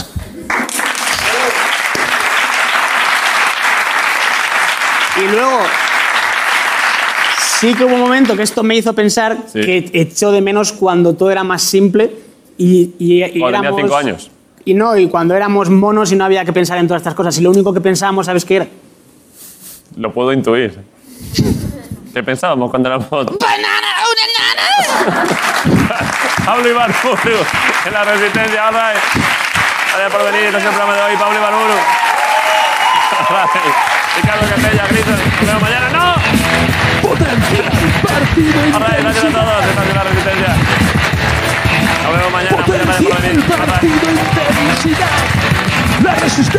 Speaker 10: Y luego, sí que hubo un momento que esto me hizo pensar
Speaker 1: Sí.
Speaker 10: que echó de menos cuando todo era más simple y, y, y
Speaker 1: Cuando tenía
Speaker 10: éramos-
Speaker 1: cinco años.
Speaker 10: Y no, y cuando éramos monos y no había que pensar en todas estas cosas. Y lo único que pensábamos, ¿sabes qué era?
Speaker 1: Lo puedo intuir. ¿Qué pensábamos cuando éramos...
Speaker 13: ¡Banana, una nana!
Speaker 1: Pablo Ibarburu en la Resistencia. Ahora, eh, gracias por venir. Este es el programa de hoy. Pablo Ibarburu. Ricardo Capella, Grito. Nos vemos mañana. ¡No! ¡Potencial partido Alright, gracias a todos. Esta es la Resistencia. Nos vemos mañana. Muchas gracias por venir. Alright.
Speaker 13: Partido intensidad. La resistencia.